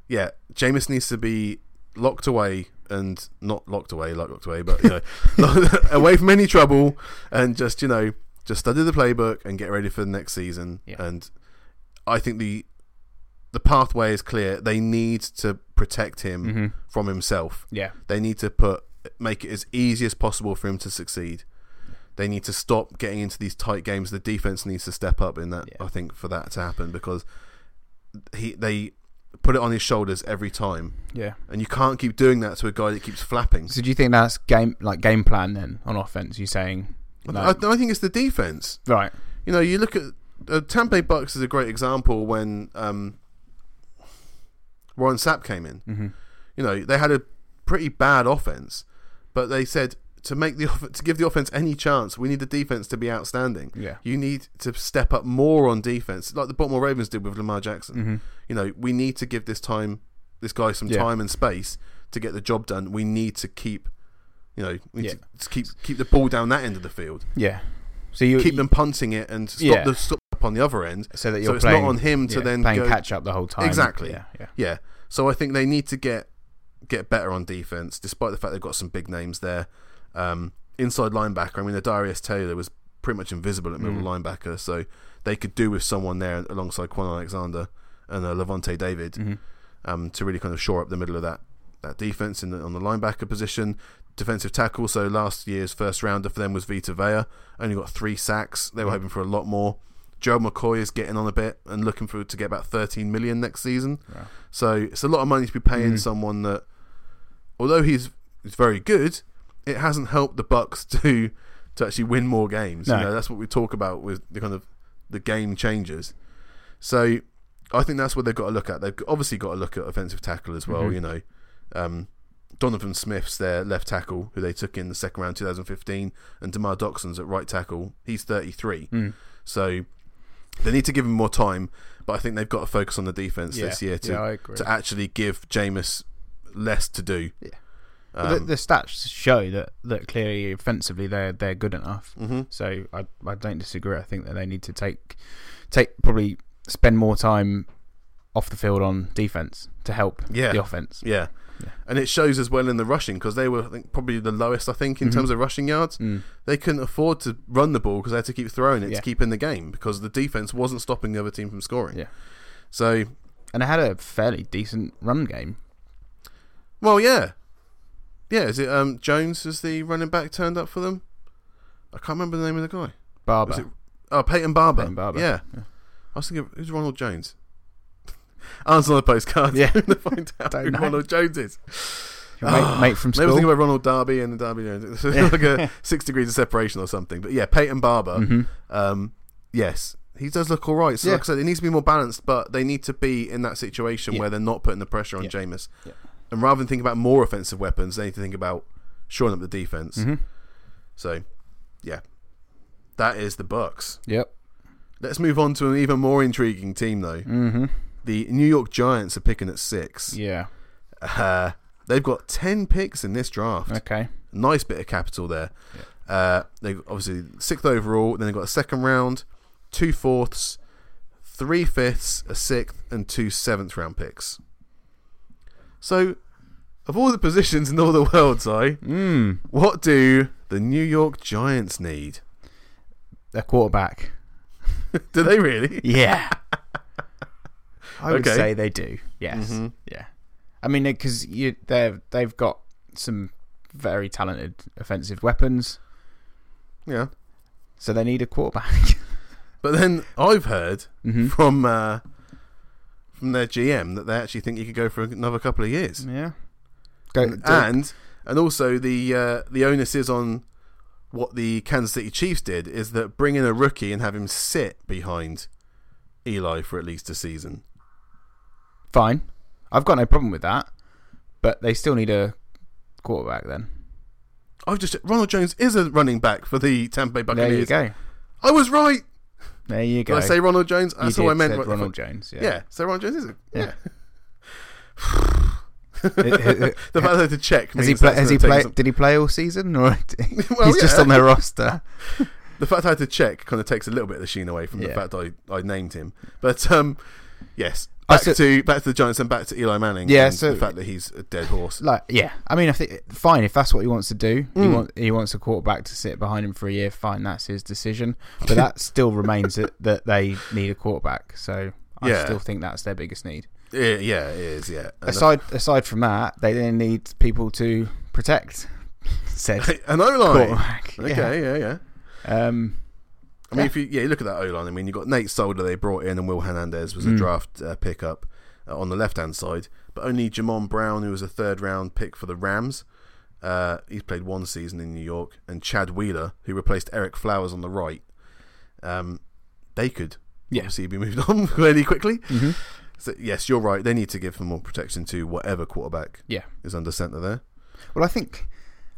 yeah, Jameis needs to be locked away and not locked away, like locked away, but you know, away from any trouble and just you know just study the playbook and get ready for the next season.
Yeah.
And I think the the pathway is clear. They need to protect him
hmm
from himself.
Yeah.
They need to put make it as easy as possible for him to succeed. They need to stop getting into these tight games. The defense needs to step up in that.
Yeah.
I think for that to happen because he they put it on his shoulders every time,
Yeah.
and you can't keep doing that to a guy that keeps flapping.
So do you think that's game like game plan then on offense? You're saying
I,
like,
I think it's the defense.
right?
You know, you look at uh, Tampa Bay Bucks is a great example when um, Warren Sapp came in.
Mm-hmm.
you know, they had a pretty bad offense, but they said to make the off- to give the offense any chance, we need the defense to be outstanding.
Yeah.
You need to step up more on defense, like the Baltimore Ravens did with Lamar Jackson.
mm-hmm,
You know, we need to give this time, this guy some
Mm. Yeah.
time and space to get the job done. We need to keep, you know, we need
Yeah.
to, to keep keep the ball down that end of the field,
Yeah. So you
keep them punting it, and stop
Yeah.
the stop on the other end.
so that
so
you're
it's not
playing
on him to
yeah,
then
playing
go-
catch up the whole time.
Exactly.
Yeah. Yeah.
Yeah. So I think they need to get get better on defense, despite the fact they've got some big names there. Um, inside linebacker, I mean, the Darius Taylor was pretty much invisible at middle linebacker, so they could do with someone there alongside Quan Alexander and uh, Levante David
Mm-hmm,
um, to really kind of shore up the middle of that that defense in the, on the linebacker position. Defensive tackle. So last year's first rounder for them was Vita Vea. Only got three sacks. They were
Mm.
hoping for a lot more. Joe McCoy is getting on a bit and looking for to get about 13 million next season.
Wow. Mm.
So it's a lot of money to be paying someone that, although he's he's very good, it hasn't helped the Bucks to to actually win more games.
No.
You know, that's what we talk about with the kind of the game changers. So I think that's what they've got to look at. They've obviously got to look at offensive tackle as
Mm-hmm.
well. You know, um, Donovan Smith's their left tackle, who they took in the second round, 2015, and Demar Doxson's at right tackle. He's 33,
mm-hmm.
so they need to give him more time. But I think they've got to focus on the defense
Yeah.
this year to
Yeah, I agree.
to actually give Jameis less to do.
Yeah.
Um,
the, the stats show that, that clearly offensively they're they're good enough.
Mhm.
So I I don't disagree. I think that they need to take take probably spend more time off the field on defense to help
Yeah.
the offense.
yeah. And it shows as well in the rushing because they were I think, probably the lowest, I think, in
Mm-hmm.
terms of rushing yards.
Mm.
They couldn't afford to run the ball because they had to keep throwing it
Yeah.
to keep in the game because the defense wasn't stopping the other team from scoring.
Yeah.
So,
And they had a fairly decent run game.
well, yeah. Yeah, is it um, Jones as the running back turned up for them? I can't remember the name of the guy.
Barber.
Was it? Oh, Peyton Barber.
Peyton Barber.
Yeah. I was thinking, who's Ronald Jones? Answer on the postcard.
Yeah.
I'm gonna find out
Don't
who
know.
Ronald Jones is.
Your mate- mate from
They were thinking
school?
about Ronald Darby and the Darby. Jones. like a six degrees of separation or something. But yeah, Peyton Barber.
Mm-hmm.
Um, yes, he does look all right. So
Yeah.
like I said, it needs to be more balanced, but they need to be in that situation
Yeah.
where they're not putting the pressure on
Yeah.
Jameis.
Yeah.
And rather than think about more offensive weapons, they need to think about shoring up the defense.
Mm-hmm.
So, yeah, that is the Bucks.
Yep.
Let's move on to an even more intriguing team, though.
Mm-hmm.
The New York Giants are picking at six.
Yeah.
Uh, they've got 10 picks in this draft.
Okay.
Nice bit of capital there. Uh, they obviously sixth overall, then they've got a second round, two fourths, three fifths, a sixth, and two seventh round picks. So, of all the positions in all the world, Si,
Mm.
what do the New York Giants need?
A quarterback.
Do they really?
Yeah. I would
Okay. Mm-hmm.
say they do. Yes. Yeah. I mean, because you they they've got some very talented offensive weapons,
Yeah.
so they need a quarterback.
But then I've heard
Hmm.
from uh, from their GM that they actually think you could go for another couple of years.
yeah. Go. do-
Uh, And and also the uh, the onus is on what the Kansas City Chiefs did is that bring in a rookie and have him sit behind Eli for at least a season.
fine. I've got no problem with that, but they still need a quarterback. Then
I've just Ronald Jones is a running back for the Tampa Bay
there you
Buccaneers.
go.
I was right.
There you
Did
go.
I say Ronald Jones? That's
you
all
did
I meant.
said
right-
Ronald Jones. Yeah.
yeah. so Ronald Jones is a, yeah. The fact
has
that I had to check means
he,
that's
play, has
gonna
he
take
play,
some-
Did he play all season, or
Well,
he's just
yeah.
on their roster?
the fact I had to check kind of takes a little bit of the sheen away from the
Yeah.
fact I, I named him. But um, yes,
I
back
said-
to back to the Giants and back to Eli Manning.
Yeah,
and
so-
the fact that he's a dead horse.
like yeah i mean i think fine if that's what he wants to do he, want, he wants a quarterback to sit behind him for a year fine that's his decision but that still remains that, that they need a quarterback so i
Yeah.
still think that's their biggest need
Yeah, yeah, it is. Yeah, and,
aside aside from that they then need people to protect said
an O line.
quarterback
Okay, yeah, yeah.
yeah. um
I mean, if you yeah you look at that O line, I mean, you got Nate Solder they brought in, and Will Hernandez
Hmm.
was a draft uh, pickup uh, on the left hand side, but only Jamon Brown, who was a third round pick for the Rams. Uh, he's played one season in New York, and Chad Wheeler, who replaced Eric Flowers on the right. Um, they could
Yeah.
obviously be moved on fairly quickly.
Mm-hmm.
So yes, you're right. They need to give them more protection to whatever quarterback
yeah
is under center there.
well i think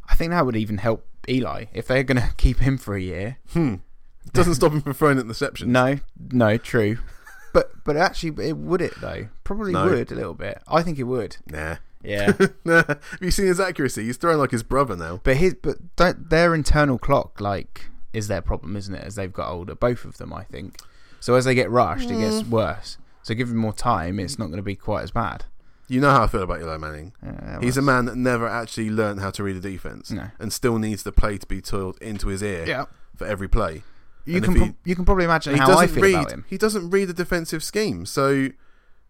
i think that would even help Eli. If they're going to keep him for a year,
Hmm. Doesn't stop him from throwing interceptions.
no, no, true. But but actually, it would it though? Probably
No.
would a little bit. I think it would.
Nah.
Yeah.
nah. Have you seen his accuracy? He's throwing like his brother now.
But his, but don't, their internal clock like is their problem, isn't it? As they've got older, both of them, I think. So as they get rushed, it gets worse. So give them more time, it's not going to be quite as bad.
You know how I feel about Eli Manning.
Uh,
He's a man that never actually learned how to read a defense,
No.
and still needs the play to be toiled into his ear
Yeah.
for every play.
You
And
can
if
pro- you can probably imagine
he
how I
doesn't
feel
read.
about him.
He doesn't read the defensive scheme, so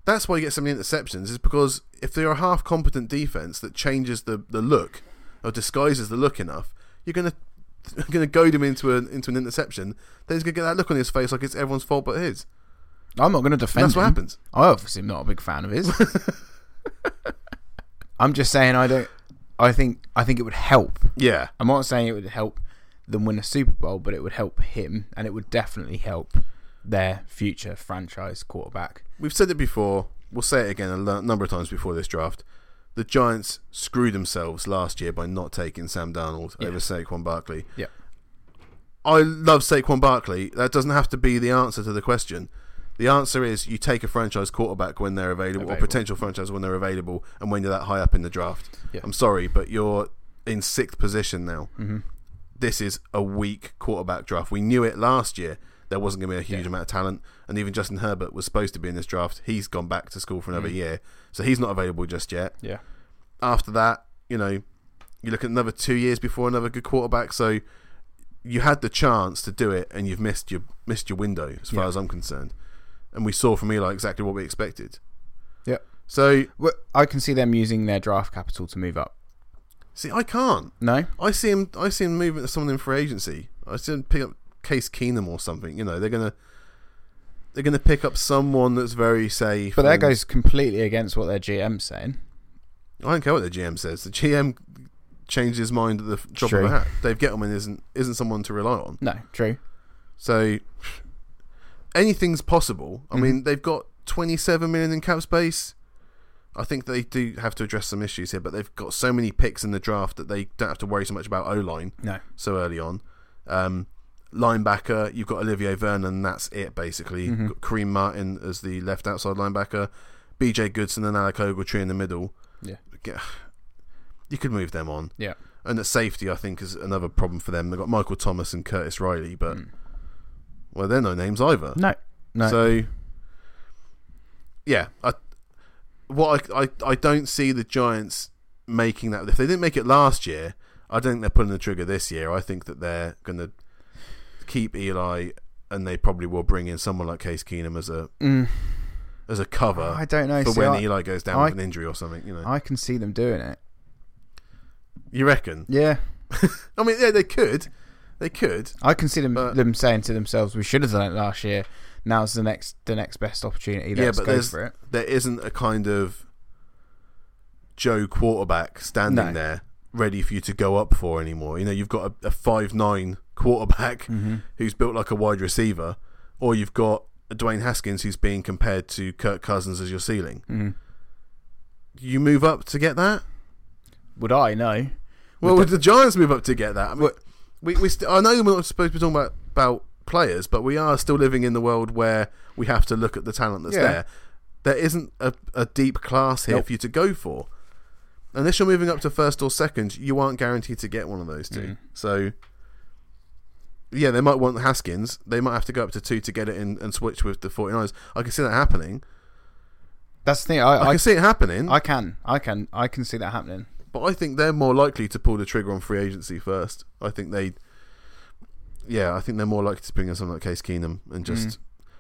that's why he gets so many interceptions. Is because if they're a half competent defense that changes the, the look or disguises the look enough, you're gonna gonna goad him into an into an interception. Then he's gonna get that look on his face like it's everyone's fault but his.
I'm not going to
And
defend.
that's what
him.
happens.
I obviously am not a big fan of his. I'm just saying I don't. I think I think it would help.
Yeah,
I'm not saying it would help them win a Super Bowl, but it would help him, and it would definitely help their future franchise quarterback.
we've said it before. We'll say it again a lo- number of times before this draft. The Giants screwed themselves last year by not taking Sam Darnold
Yeah.
over Saquon Barkley.
Yep.
I love Saquon Barkley. That doesn't have to be the answer to the question. The answer is you take a franchise quarterback when they're available, or
Available.
potential franchise when they're available, and when you're that high up in the draft.
Yeah.
I'm sorry, but you're in sixth position now.
Mhm.
This is a weak quarterback draft. We knew it last year. There wasn't going to be a huge
Yeah.
amount of talent, and even Justin Herbert was supposed to be in this draft. He's gone back to school for another
Mm.
year, so he's not available just yet
Yeah.
after that, you know, you look at another two years before another good quarterback. So you had the chance to do it, and you've missed your missed your window, as far
Yeah.
as I'm concerned. And we saw from Eli exactly what we expected.
Yep.
So
Well, I can see them using their draft capital to move up.
see, I can't.
No,
I see him. I see him moving to someone in free agency. I see him pick up Case Keenum or something. You know, they're gonna they're gonna pick up someone that's very safe.
but that
and-
goes completely against what their GM's saying.
I don't care what the GM says. The GM changed his mind at the f- drop of
True.
a hat. Dave Gettleman isn't isn't someone to rely on.
No, true.
So anything's possible.
Mm-hmm.
I mean, they've got 27 million in cap space. I think they do have to address some issues here, but they've got so many picks in the draft that they don't have to worry so much about O line
No.
so early on. Um, linebacker, you've got Olivier Vernon, and that's it basically. You've Got Kareem Martin as the left outside linebacker, BJ Goodson and Alec Ogletree in the middle.
Yeah.
G- You could move them on.
Yeah.
And at safety, I think, is another problem for them. They've got Michael Thomas and Curtis Riley, but well, they're no names either.
No. No.
So, yeah, I what I, I I don't see the Giants making that. If they didn't make it last year, I don't think they're pulling the trigger this year. I think that they're going to keep Eli, and they probably will bring in someone like Case Keenum as a
Mm.
as a cover
I don't know.
for
See,
when
I,
Eli goes down
I-
with an injury or something. You know,
I can see them doing it.
you reckon?
Yeah.
I mean, yeah, they could, they could.
I can see them
But-
them saying to themselves, "We should have done it last year. Now's the next the next best opportunity.
Yeah,
Let's
but
go
there's-
for it."
there isn't a kind of Joe quarterback standing
No.
there ready for you to go up for anymore. You know, you've got a, a five nine quarterback
Mm-hmm.
who's built like a wide receiver, or you've got a Dwayne Haskins who's being compared to Kirk Cousins as your ceiling.
Mhm.
You move up to get that.
Would I know?
Well, would the Giants move up to get that? I mean,
Well-
we, we st- I know we're not supposed to be talking about, about players, but we are still living in the world where we have to look at the talent that's
Yeah.
there. There isn't a, a deep class here
Nope.
for you to go for. Unless you're moving up to first or second, you aren't guaranteed to get one of those two. So, yeah, they might want Haskins. They might have to go up to two to get it in, and switch with the 49ers. I can see that happening.
That's the thing.
I,
I I,
can see it happening,
I can I can I can see that happening.
but I think they're more likely to pull the trigger on free agency first. I think they, yeah, I think they're more likely to bring in someone like Case Keenum and just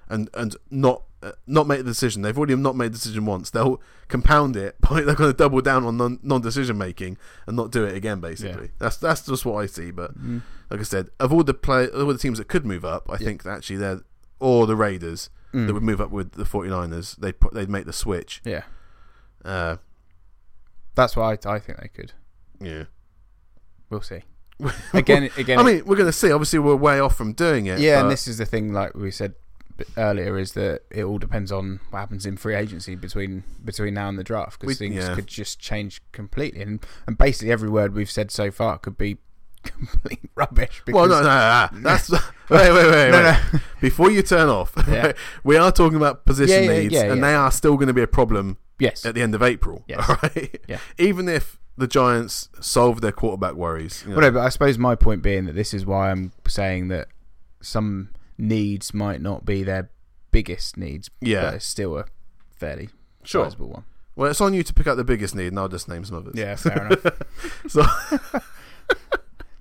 and and not uh, not make the decision. They've already not made the decision once. They'll compound it. By, they're going to double down on non, non-decision making and not do it again. Basically, that's that's just what I see. But like I said, of all the play, of all the teams that could move up, I think actually they're or the Raiders that would move up with the 49ers. They'd put, they'd make the switch.
Mm. Yeah,
Uh,
that's why I, I think they could.
yeah.
We'll see. Again, again.
I mean, we're going to see. Obviously, we're way off from doing it.
yeah,
but
and this is the thing. Like we said b- earlier, is that it all depends on what happens in free agency between between now and the draft
We-
because things
yeah.
could just change completely. And and basically, every word we've said so far could be complete rubbish.
Well,
Because
no, no, no, no. that's wait, wait, wait, wait.
No, no.
Before you turn off,
Yeah.
we are talking about position
Yeah, yeah,
needs,
yeah,
and
yeah.
they are still going to be a problem
yes,
at the end of April.
Yes.
All right,
Yeah.
even if the Giants solve their quarterback worries, you know.
Well, no, but I suppose my point being that this is why I'm saying that some needs might not be their biggest needs,
Yeah.
but it's still a fairly
Sure.
sizable one.
Well, it's on you to pick out the biggest need, and I'll just name some others.
Yeah, fair enough.
So-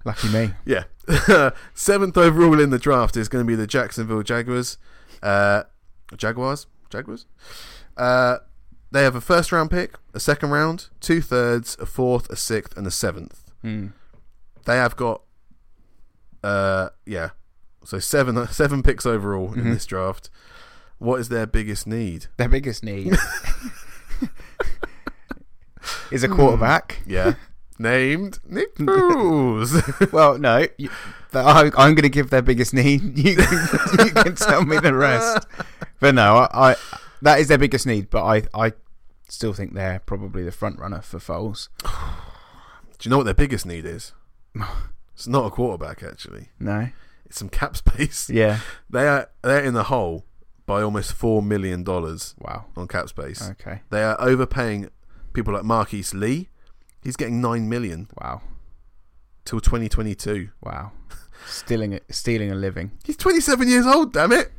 lucky me.
Yeah. Seventh overall in the draft is going to be the Jacksonville Jaguars. Uh, Jaguars? Jaguars? Uh, they have a first round pick, a second round, two thirds, a fourth, a sixth, and a seventh.
Mm.
They have got, uh, yeah, so seven seven picks overall in
Mhm.
this draft. What is their biggest need?
Their biggest need is a quarterback.
Yeah, named Nick Foles.
Hmm. Well, no, you, the, I, I'm going to give their biggest need. You can, you can tell me the rest. But no, I, I that is their biggest need. But I, I still think they're probably the front runner for Foles.
Do you know what their biggest need is? It's not a quarterback, actually.
No,
It's some cap space.
yeah,
They are they're in the hole by almost four million dollars
wow,
on cap space.
okay,
They are overpaying people like Marquise Lee. He's getting nine million
wow,
till twenty twenty two.
wow, stealing a, stealing a living.
He's twenty seven years old. Damn it!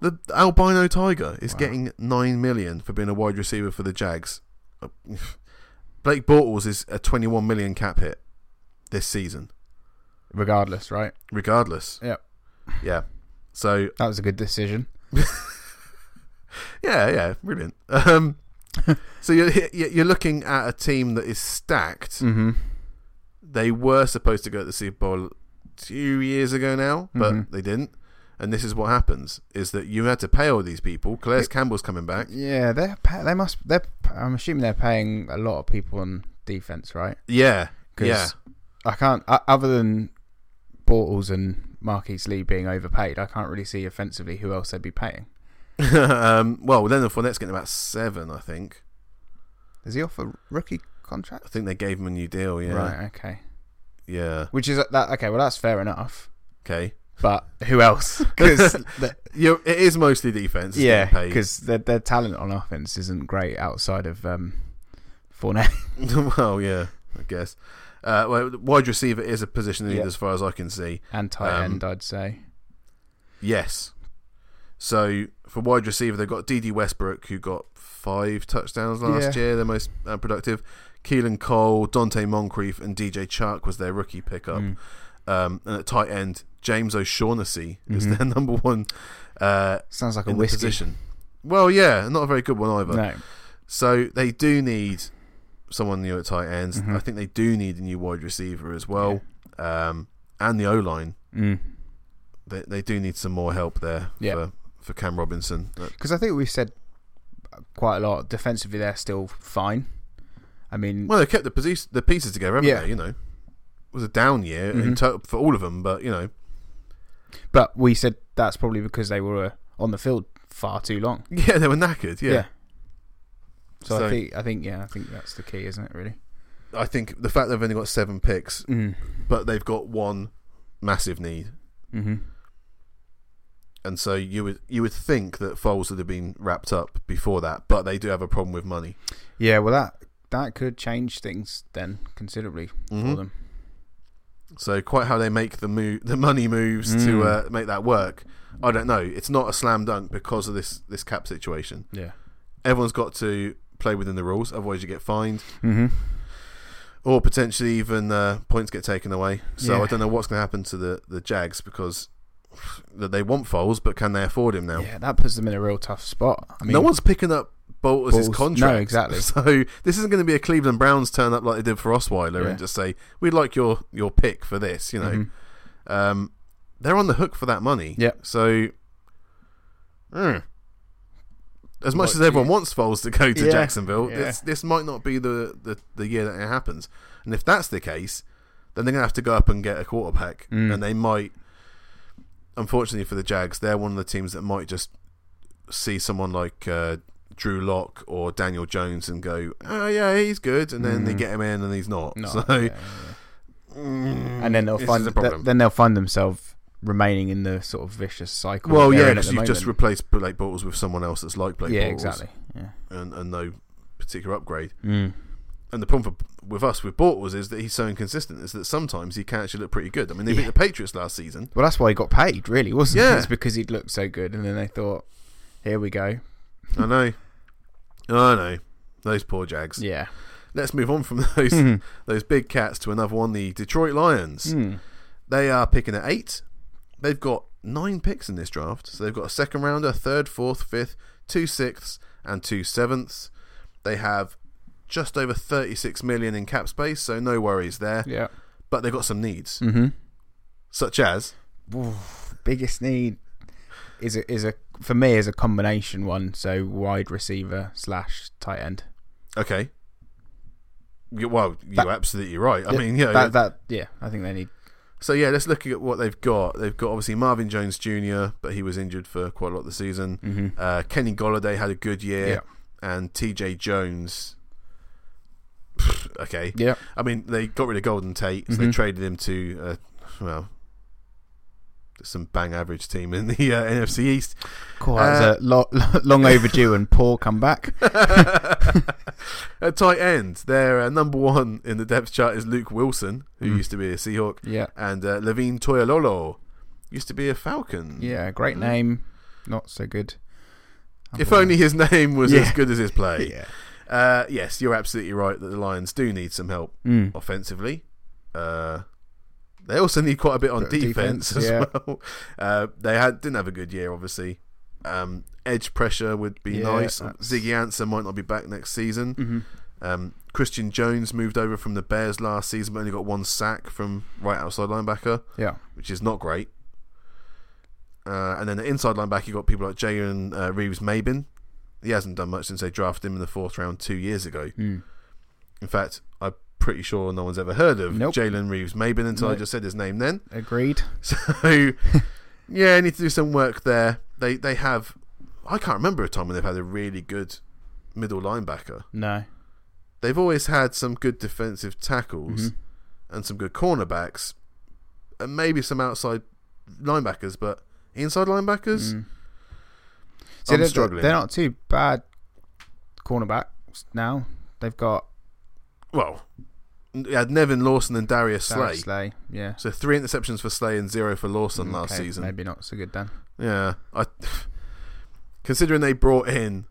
The albino tiger is
Wow.
getting nine million for being a wide receiver for the Jags. Blake Bortles is a twenty one million cap hit this season.
Regardless, right?
Regardless.
Yep.
Yeah. So
That was a good decision.
Yeah, yeah, brilliant. Um, so you're you're you're looking at a team that is stacked.
Mm-hmm.
They were supposed to go to the Super Bowl two years ago now, but
Mhm.
they didn't. And this is what happens: is that you had to pay all these people. Claire's Campbell's coming back.
Yeah, they're pa- they must they're pa- I'm assuming they're paying a lot of people on defense, right?
Yeah,
Cause
yeah,
I can't o- other than Bortles and Marquise Lee being overpaid. I can't really see offensively who else they'd be paying.
um, well, Leonard Fournette's getting about seven, I think.
Is he off a rookie contract?
I think they gave him a new deal. Yeah,
Right. Okay.
yeah,
Which is uh, that okay? Well, that's fair enough.
okay.
But who else? Because
You're, it is mostly defense. that's
yeah,
getting paid.
because their their talent on offense isn't great outside of um, Fournette.
well, yeah, I guess. Uh, well, wide receiver is a position need
Yeah.
as far as I can see.
and tight
Um,
end, I'd say.
Yes. So for wide receiver, they've got D.D. Westbrook, who got five touchdowns last
Yeah.
year, their most uh, productive. Keelan Cole, Dante Moncrief, and DJ Chark was their rookie pickup.
Mm.
Um, and at tight end, James O'Shaughnessy is
Mhm.
their number one uh,
Sounds like a
in the
whiskey.
position. Well, yeah, not a very good one either.
No.
So they do need someone new at tight ends.
Mhm.
I think they do need a new wide receiver as well, um, and the O line.
Mm.
They they do need some more help there
Yeah.
for for Cam Robinson. But
Because I think we've said quite a lot. Defensively, they're still fine. I mean,
Well, they kept the pieces the pieces together, haven't
Yeah.
they? You know, it was a down year in
Mhm.
total for all of them, but you know,
but we said that's probably because they were uh, on the field far too long.
yeah, they were knackered. Yeah.
So,
So-
I think, I think, yeah, I think that's the key, isn't it? Really.
I think the fact they've only got seven picks,
Mm.
but they've got one massive need,
hmm
and so you would you would think that Foles would have been wrapped up before that, but they do have a problem with money.
Yeah. Well, that that could change things then considerably for
Mhm.
them.
So quite how they make the move, the money moves to
Mm.
uh, make that work, I don't know. It's not a slam dunk because of this this cap situation.
Yeah.
Everyone's got to play within the rules, otherwise you get fined.
Mm-hmm.
or potentially even uh, points get taken away. So
Yeah.
I don't know what's going to happen to the, the Jags because that they want Foles, but can they afford him now?
Yeah, that puts them in a real tough spot. I mean,
no one's picking up Bolters'
Bortles-
contract.
no, exactly.
So this isn't going to be a Cleveland Browns turn up like they did for Osweiler
Yeah.
and just say we'd like your your pick for this. You know,
Mhm.
um, they're on the hook for that money.
Yep.
So. mm. As much
Like,
as everyone
yeah.
wants Foles to go to
Yeah.
Jacksonville,
Yeah.
this this might not be the, the, the year that it happens. And if that's the case, then they're going to have to go up and get a quarterback.
Mm.
And they might, unfortunately for the Jags, they're one of the teams that might just see someone like uh, Drew Locke or Daniel Jones and go, oh, yeah, he's good. And then they
Mm.
get him in and he's not.
No,
so mm,
yeah, yeah, yeah. and then they'll
This
find
is a
th-
problem.
then they'll find themselves remaining in the sort of vicious cycle.
well,
they're
yeah,
in at
because
the
you've just
moment.
replaced Blake Bortles with someone else that's like Blake
yeah,
Bortles,
exactly. Yeah.
and and no particular upgrade.
Mm.
And the problem for, with us with Bortles is that he's so inconsistent is that sometimes he can actually look pretty good. I mean, they beat
Yeah.
the Patriots last season.
Well, that's why he got paid, really, wasn't it?
Yeah.
It's because he'd looked so good, and then they thought, "Here we go."
I know, I know. Those poor Jags.
Yeah.
Let's move on from those
Mhm.
those big cats to another one. The Detroit Lions.
Mm.
They are picking at eight. They've got nine picks in this draft. So they've got a second rounder, third, fourth, fifth, two sixths, and two sevenths. They have just over 36 million in cap space, so no worries there.
Yeah.
But they've got some needs,
Mm-hmm.
such as
biggest need is a, is a for me is a combination one, so wide receiver slash tight end.
okay. You- Well, you're
That-
absolutely right. I mean, yeah.
that, that Oh, yeah, I think they need.
So yeah, let's look at what they've got. They've got obviously Marvin Jones Jr., but he was injured for quite a lot of the season.
Mm-hmm.
Uh, Kenny Golladay had a good year,
Yeah.
and T.J. Jones. okay,
Yeah,
I mean they got rid of Golden Tate, so they
Mhm.
traded him to uh, well, some bang average team in the uh, NFC East.
cool. That was a lo- lo- long overdue and poor comeback.
a tight end. Their uh, number one in the depth chart is Luke Wilson, who
Mm.
used to be a Seahawk,
Yeah,
and uh, Levine Toyololo used to be a Falcon.
yeah, great
Mm.
name, not so good.
If only his name was
Yeah.
as good as his play.
yeah.
Uh, yes, you're absolutely right that the Lions do need some help
Mm.
offensively. Uh, they also need quite a bit on
Bit of
defense,
defense,
as
yeah.
well. Uh, they had didn't have a good year, obviously. Um, edge pressure would be
Yeah,
nice.
that's-
Ziggy Ansah might not be back next season.
hmm
Um, Christian Jones moved over from the Bears last season, but only got one sack from right outside linebacker,
Yeah,
which is not great. Uh, and then the inside linebacker, you got people like Jalen uh, Reeves Mabin. He hasn't done much since they drafted him in the fourth round two years ago.
mm.
In fact, I'm pretty sure no one's ever heard of
Nope.
Jalen Reeves Mabin until I
No.
just said his name then.
agreed.
So, yeah, need to do some work there. They they have, I can't remember a time when they've had a really good middle linebacker.
No,
They've always had some good defensive tackles
Mhm.
and some good cornerbacks, and maybe some outside linebackers, but inside linebackers,
Mm.
I'm
they're,
struggling.
They're not too bad. Cornerbacks now they've got
well, n- they had Nevin Lawson and Darius Slay.
Darius Slay. Yeah,
So three interceptions for Slay and zero for Lawson last
Okay,
season.
Maybe not so good then.
Yeah, I considering they brought in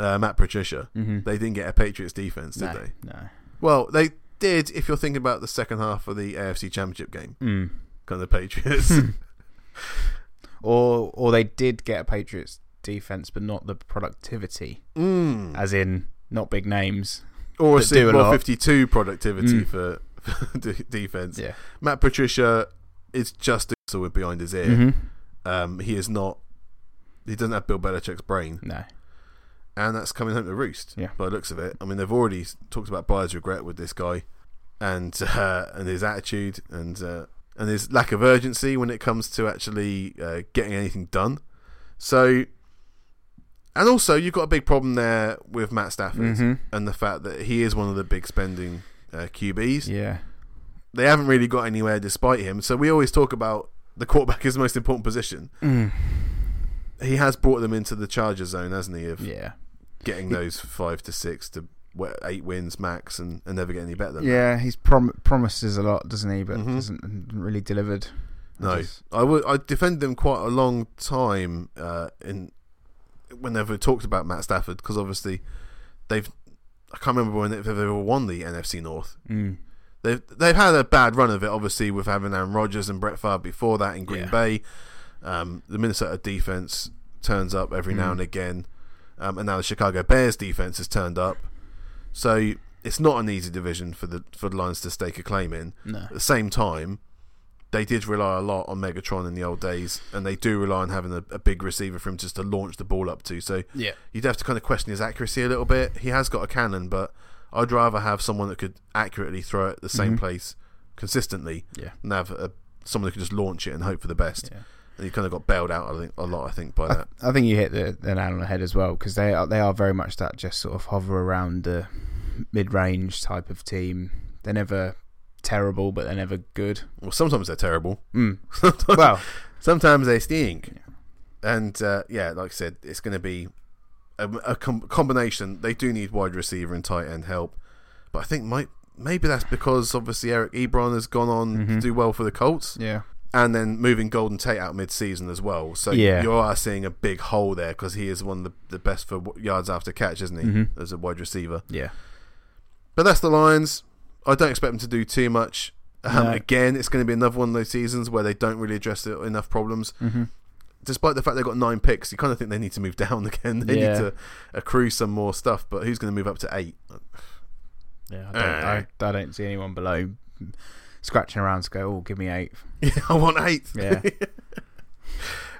uh, Matt Patricia,
Mm-hmm.
they didn't get a Patriots defense, did
no,
they?
No.
Well, they did if you're thinking about the second half of the AFC Championship game,
Mm.
kind of the Patriots.
Or or they did get a Patriots defense, but not the productivity,
mm.
as in not big names.
or a
that do
Super
a
Bowl
lot.
52 productivity
Mm.
for, for de- defense.
Yeah.
Matt Patricia is just a whistle behind his ear.
hmm
Um, he is not. He doesn't have Bill Belichick's brain,
No.
and that's coming home to roost.
Yeah.
by the looks of it. I mean, they've already s- talked about buyer's regret with this guy, and uh, and his attitude, and uh, and his lack of urgency when it comes to actually uh, getting anything done. So, and also you've got a big problem there with Matt Stafford
hmm
and the fact that he is one of the big spending uh, QBs.
Yeah.
They haven't really got anywhere despite him. So we always talk about the quarterback is the most important position.
Mm.
He has brought them into the charger zone, hasn't he? Of
Yeah.
getting those five to six to we- eight wins max and, and never get any better than that.
Yeah. He's prom- promises a lot, doesn't he? But
Mhm.
hasn't hasn't really delivered.
No.
Just-
I would I defend them quite a long time uh, in whenever we talked about Matt Stafford because obviously they've I can't remember when they've ever won the NFC North.
Mm.
They've they've had a bad run of it, obviously, with having Aaron Rodgers and Brett Favre before that in Green
Yeah.
Bay. Um, the Minnesota defense turns up every now
Mm.
and again, um, and now the Chicago Bears defense has turned up. So it's not an easy division for the for the Lions to stake a claim in.
No.
At the same time, they did rely a lot on Megatron in the old days, and they do rely on having a, a big receiver for him just to launch the ball up to. So
Yeah.
you'd have to kind of question his accuracy a little bit. He has got a cannon, but I'd rather have someone that could accurately throw it at the same
Mhm.
place consistently
Yeah.
than have a, someone that could just launch it and hope for the best.
Yeah.
And he kind of got bailed out I think, a lot, I think, by that.
I think you hit the, the nail on the head as well because they are they are very much that just sort of hover around the mid range type of team. They're never terrible, but they're never good.
Well, sometimes they're terrible.
Mm.
sometimes,
Well,
sometimes they stink. And uh, yeah, like I said, it's going to be a, a com- combination. They do need wide receiver and tight end help, but I think might maybe that's because obviously Eric Ebron has gone on to
Mhm.
do well for the Colts,
yeah,
and then moving Golden Tate out mid-season as well. So
Yeah.
you are seeing a big hole there because he is one of the, the best for w- yards after catch, isn't he?
Mhm.
As a wide receiver.
yeah.
But that's the Lions. I don't expect them to do too much. Um,
No.
Again, it's going to be another one of those seasons where they don't really address the, enough problems.
hmm
Despite the fact they've got nine picks, you kind of think they need to move down again. They
Yeah.
need to accrue some more stuff. But who's going to move up to eight?
Yeah, I don't, I, I don't see anyone below scratching around to go. Oh, give me eight.
Yeah, I want eight.
Yeah.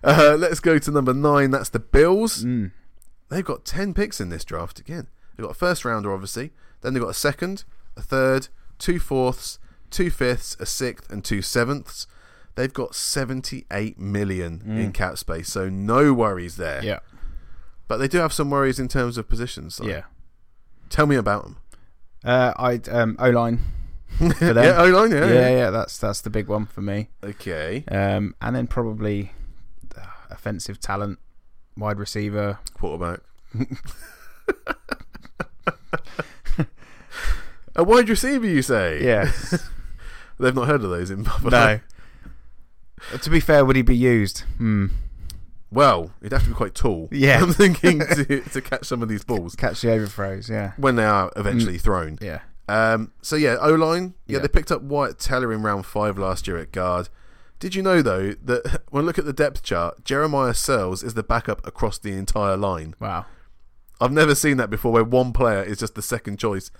Uh, let's go to number nine. That's the Bills.
Mm.
They've got ten picks in this draft again. They've got a first rounder, obviously. Then they've got a second, a third, two fourths, two fifths, a sixth, and two sevenths. They've got seventy-eight million in cap space, so no worries there.
Mm. Yeah,
But they do have some worries in terms of positions. so
yeah.
Tell me about them.
Uh, I um O line. them.
yeah, O line. Yeah,
Yeah,
Oh, yeah.
yeah, That's that's the big one for me.
Okay.
Um, and then probably uh, offensive talent, wide receiver.
Quarterback. a wide receiver, you say?
Yeah.
They've not heard of those in Buffalo.
no. to be fair, would he be used? Hmm.
Well, you'd have to be quite tall.
Yeah.
I'm thinking to, to catch some of these balls
Catch the overthrows. Yeah.
when they are eventually thrown.
Yeah.
Um, so yeah, O line. Yeah,
Mm. Yeah.
they picked up Wyatt Teller in round five last year at guard. Did you know though that when I look at the depth chart, Jeremiah Searles is the backup across the entire line.
Wow.
I've never seen that before, where one player is just the second choice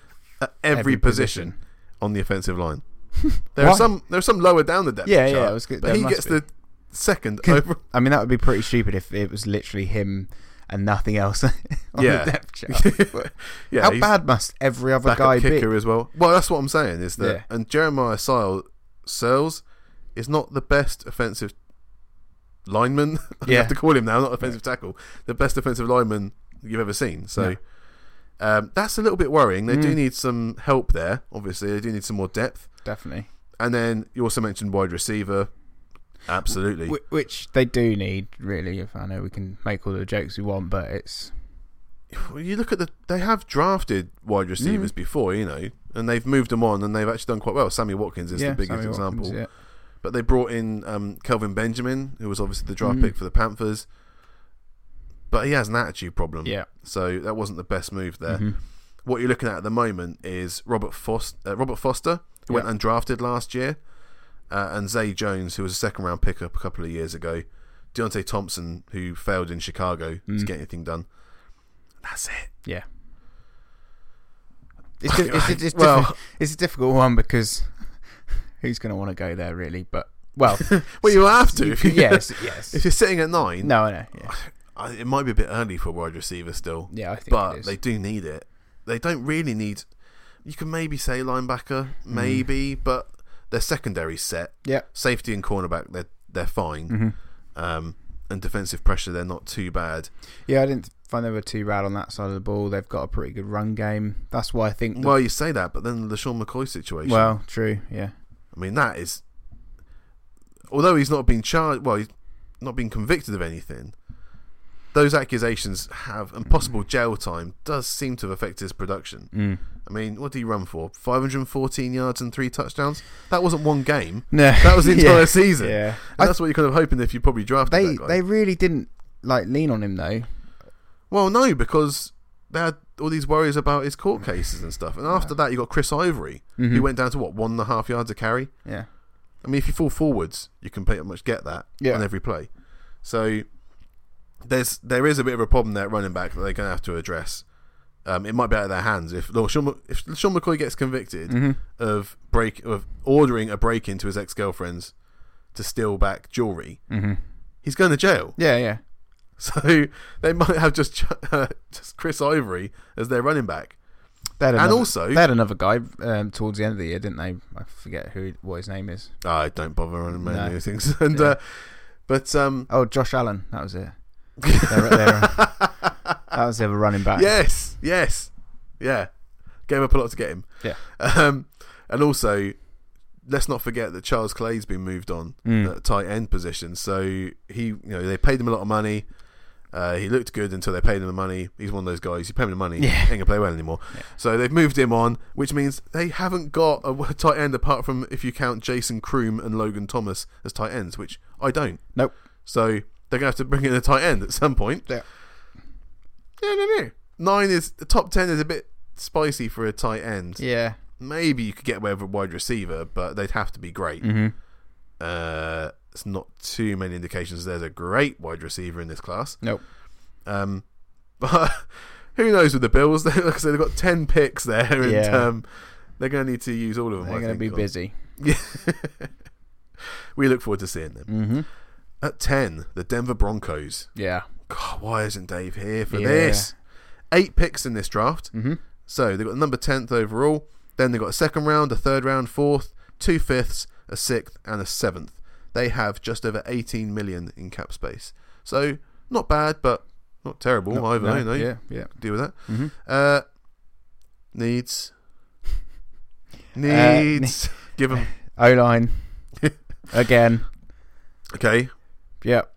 at every,
Every
position,
position.
on the offensive line. There are
Why?
some. There are some lower down the depth
Yeah,
chart.
yeah, I was gonna-
but
there
he
must
gets
be.
the second
Can-
over.
I mean, that would be pretty stupid if it was literally him and nothing else on
Yeah.
the depth chart.
yeah,
How
he's
bad must every other
backup
guy be?
kicker as well. Well, that's what I'm saying is that
Yeah.
and Jeremiah Searles, Searles is not the best offensive lineman. I
Yeah.
have to call him now, not offensive tackle. The best offensive lineman you've ever seen. So.
No.
Um, that's a little bit worrying. They do
Mm.
need some help there. Obviously, they do need some more depth.
Definitely.
And then you also mentioned wide receiver. Absolutely.
Wh- Which they do need, really. If I know we can make all the jokes we want, but it's
Well, you look at the they have drafted wide receivers before, you know, and they've moved them on and they've actually done quite well. Sammy Watkins is
yeah,
the biggest
Sammy
example.
Watkins, yeah.
But they brought in um, Kelvin Benjamin, who was obviously the draft
Mm.
pick for the Panthers. But he has an attitude problem.
Yeah.
So that wasn't the best move there.
Mhm.
What you're looking at at the moment is Robert Foster, uh, Robert Foster, who
Yeah.
went undrafted last year, uh, and Zay Jones, who was a second round pickup a couple of years ago. Deontay Thompson, who failed in Chicago to
Mm.
get anything done. That's it.
Yeah. It's, di- it's, it's, it's,
Well-
diffi- it's a difficult one because who's going to want to go there, really? But, well,
Well, you have to. If you,
yes, yes.
If you're sitting at nine,
No, I know. Yeah,
I, it might be a bit early for a wide receiver still,
yeah I think it
but
is.
they do need it. They don't really need. You can maybe say linebacker, maybe, but their secondary set.
Hmm. Yeah.
Safety and cornerback, they're they're fine.
Mhm.
Um, and defensive pressure, they're not too bad.
Yeah, I didn't find they were too bad on that side of the ball. They've got a pretty good run game. That's why I think. The,
Well, you say that, but then the Sean McCoy situation.
well, true. Yeah.
I mean, that is. Although he's not been charged, well, he's not been convicted of anything. Those accusations have, and possible jail time does seem to have affected his production.
Mm.
I mean, what did he run for? 514 yards and three touchdowns? That wasn't one game.
No,
That was the entire
yeah.
season.
Yeah.
And that's what you're kind of hoping if you probably drafted
They
that guy.
they really didn't like lean on him though.
Well, no, because they had all these worries about his court cases and stuff. And after that, you got Chris Ivory,
Mhm.
who went down to, what, one and a half yards a carry?
Yeah.
I mean, if you fall forwards, you can pretty much get that
Yeah.
on every play. So there's there is a bit of a problem there at running back that they're going to have to address. Um, it might be out of their hands if no, Sean, Mc- if Sean McCoy gets convicted
Mm-hmm.
of break of ordering a break into his ex girlfriend's to steal back jewelry.
Mm-hmm.
He's going to jail.
Yeah, yeah.
So they might have just ch- just Chris Ivory as their running back.
They had
And
another,
also-
they had another guy um, towards the end of the year, didn't they? I forget who what his name is.
I don't bother running many
No.
things. And
Yeah.
uh, but um,
Oh, Josh Allen. That was it. They're- they're- that was the other running back.
Yes, yes, yeah. Gave up a lot to get him.
Yeah.
Um, and also, let's not forget that Charles Clay's been moved on
Mm.
at tight end position. So he, you know, they paid him a lot of money. Uh, he looked good until they paid him the money. He's one of those guys. You pay him the money,
Yeah.
ain't gonna play well anymore.
Yeah.
So they've moved him on, which means they haven't got a tight end apart from if you count Jason Kroom and Logan Thomas as tight ends, which I don't.
Nope.
So they're gonna have to bring in a tight end at some point.
Yeah.
No, no, no. Nine is the top ten is a bit spicy for a tight end.
Yeah.
Maybe you could get away with a wide receiver, but they'd have to be great.
hmm
Uh, it's not too many indications there's a great wide receiver in this class.
Nope.
Um, but who knows with the Bills? like I said, they've got 10 picks there, and
Yeah.
um, they're going to need to use all of them.
They're
I
going to
think,
be
on-
busy.
we look forward to seeing them.
hmm
At 10, the Denver Broncos.
Yeah.
God, why isn't Dave here for
Yeah.
this? Eight picks in this draft.
hmm
So they've got number 10th overall. Then they've got a second round, a third round, fourth, two fifths, a sixth, and a seventh. They have just over 18 million in cap space. So not bad, but not terrible either. No,
Yeah. Yeah.
Deal with that.
hmm
Uh, needs.
Uh,
Needs. Give 'em Give them.
O line. Again.
Okay.
Yep.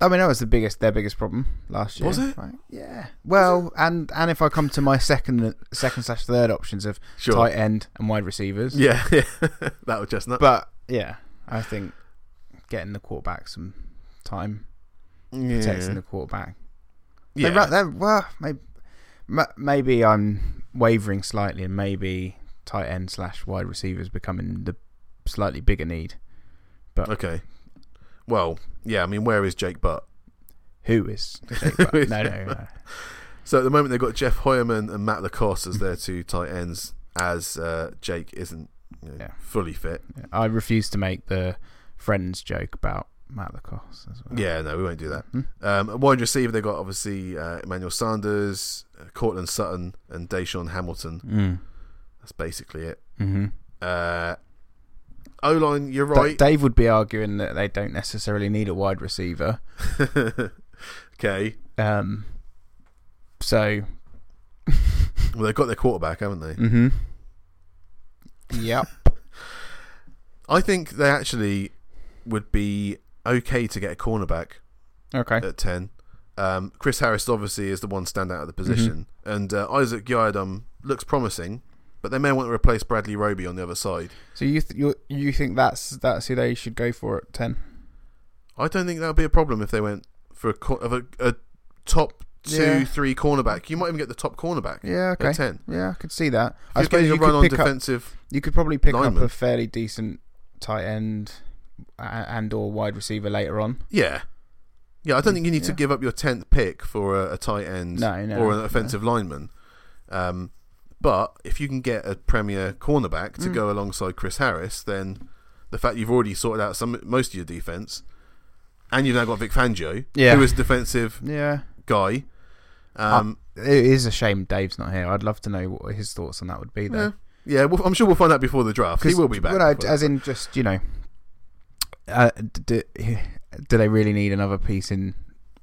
I mean, that was the biggest their biggest problem last year.
Was it?
Right? Yeah. Well, and and if I come to my second second slash third options of
Sure.
tight end and wide receivers,
Yeah. that was just not.
but yeah, I think getting the quarterback some time,
Yeah.
protecting the quarterback.
yeah.
They, ra- they, well, maybe, maybe I'm wavering slightly, and maybe tight end slash wide receivers becoming the slightly bigger need.
okay. Well, yeah. I mean, where is Jake Butt?
Who is? no, no, no.
So at the moment they've got Jeff Hoyerman and Matt Lacoste as their two tight ends, as uh, Jake isn't you know,
Yeah.
fully fit.
I refuse to make the friends joke about Matt Lacoste as well.
Yeah, no, we won't do that.
Hmm.
Um, at wide receiver they've got obviously uh, Emmanuel Sanders, uh, Cortland Sutton, and Deshaun Hamilton.
Mm.
That's basically it.
Mm-hmm.
Uh, o line, you're right.
Dave would be arguing that they don't necessarily need a wide receiver.
okay,
Um, so,
well they've got their quarterback, haven't they?
mm-hmm. yep.
I think they actually would be okay to get a cornerback.
Okay.
at 10. Um, Chris Harris obviously is the one standout of the
Mm-hmm.
position. And uh, Isaac Gyadum looks promising, but they may want to replace Bradley Roby on the other side.
So you th- you you think that's that's who they should go for at ten?
I don't think that would be a problem if they went for a, cor- of a, a top two,
Yeah.
three cornerback. You might even get the top cornerback
Yeah. Okay.
at 10. If
Yeah, I could see that. I
you're
suppose
getting
you
a run
could
on
pick up.
defensive.
You could probably pick
lineman.
up a fairly decent tight end a- and or wide receiver later on.
Yeah. Yeah, I don't think you need to
Yeah.
give up your 10th pick for a, a tight end
No, no,
or an
no.
offensive lineman. Um, but if you can get a premier cornerback to
Mm.
go alongside Chris Harris, then the fact you've already sorted out some most of your defense, and you've now got Vic Fangio,
Yeah.
who is a defensive
Yeah.
guy. Um,
It is a shame Dave's not here. I'd love to know what his thoughts on that would be,
yeah,
though.
eh, yeah we'll, I'm sure we'll find out before the draft. He
'Cause,
will be back.
well, no,
before
as
the
in, just you know, uh, do, do they really need another piece in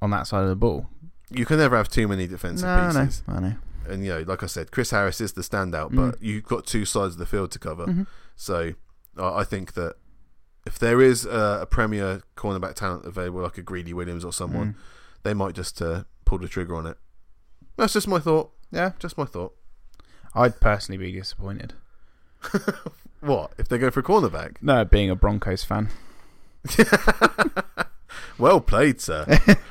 on that side of the ball?
draft. you can never have too many defensive
No, no,
pieces.
I know.
And you know, like I said, Chris Harris is the standout,
Mm.
but you've got two sides of the field to cover.
Mhm.
So I I think that if there is a, a premier cornerback talent available, like a Greedy Williams or
Mm.
someone, they might just uh, pull the trigger on it. That's just my thought.
Yeah,
Just my thought.
I'd personally be disappointed.
What if they go for a cornerback?
No, being a Broncos fan.
Well played, sir.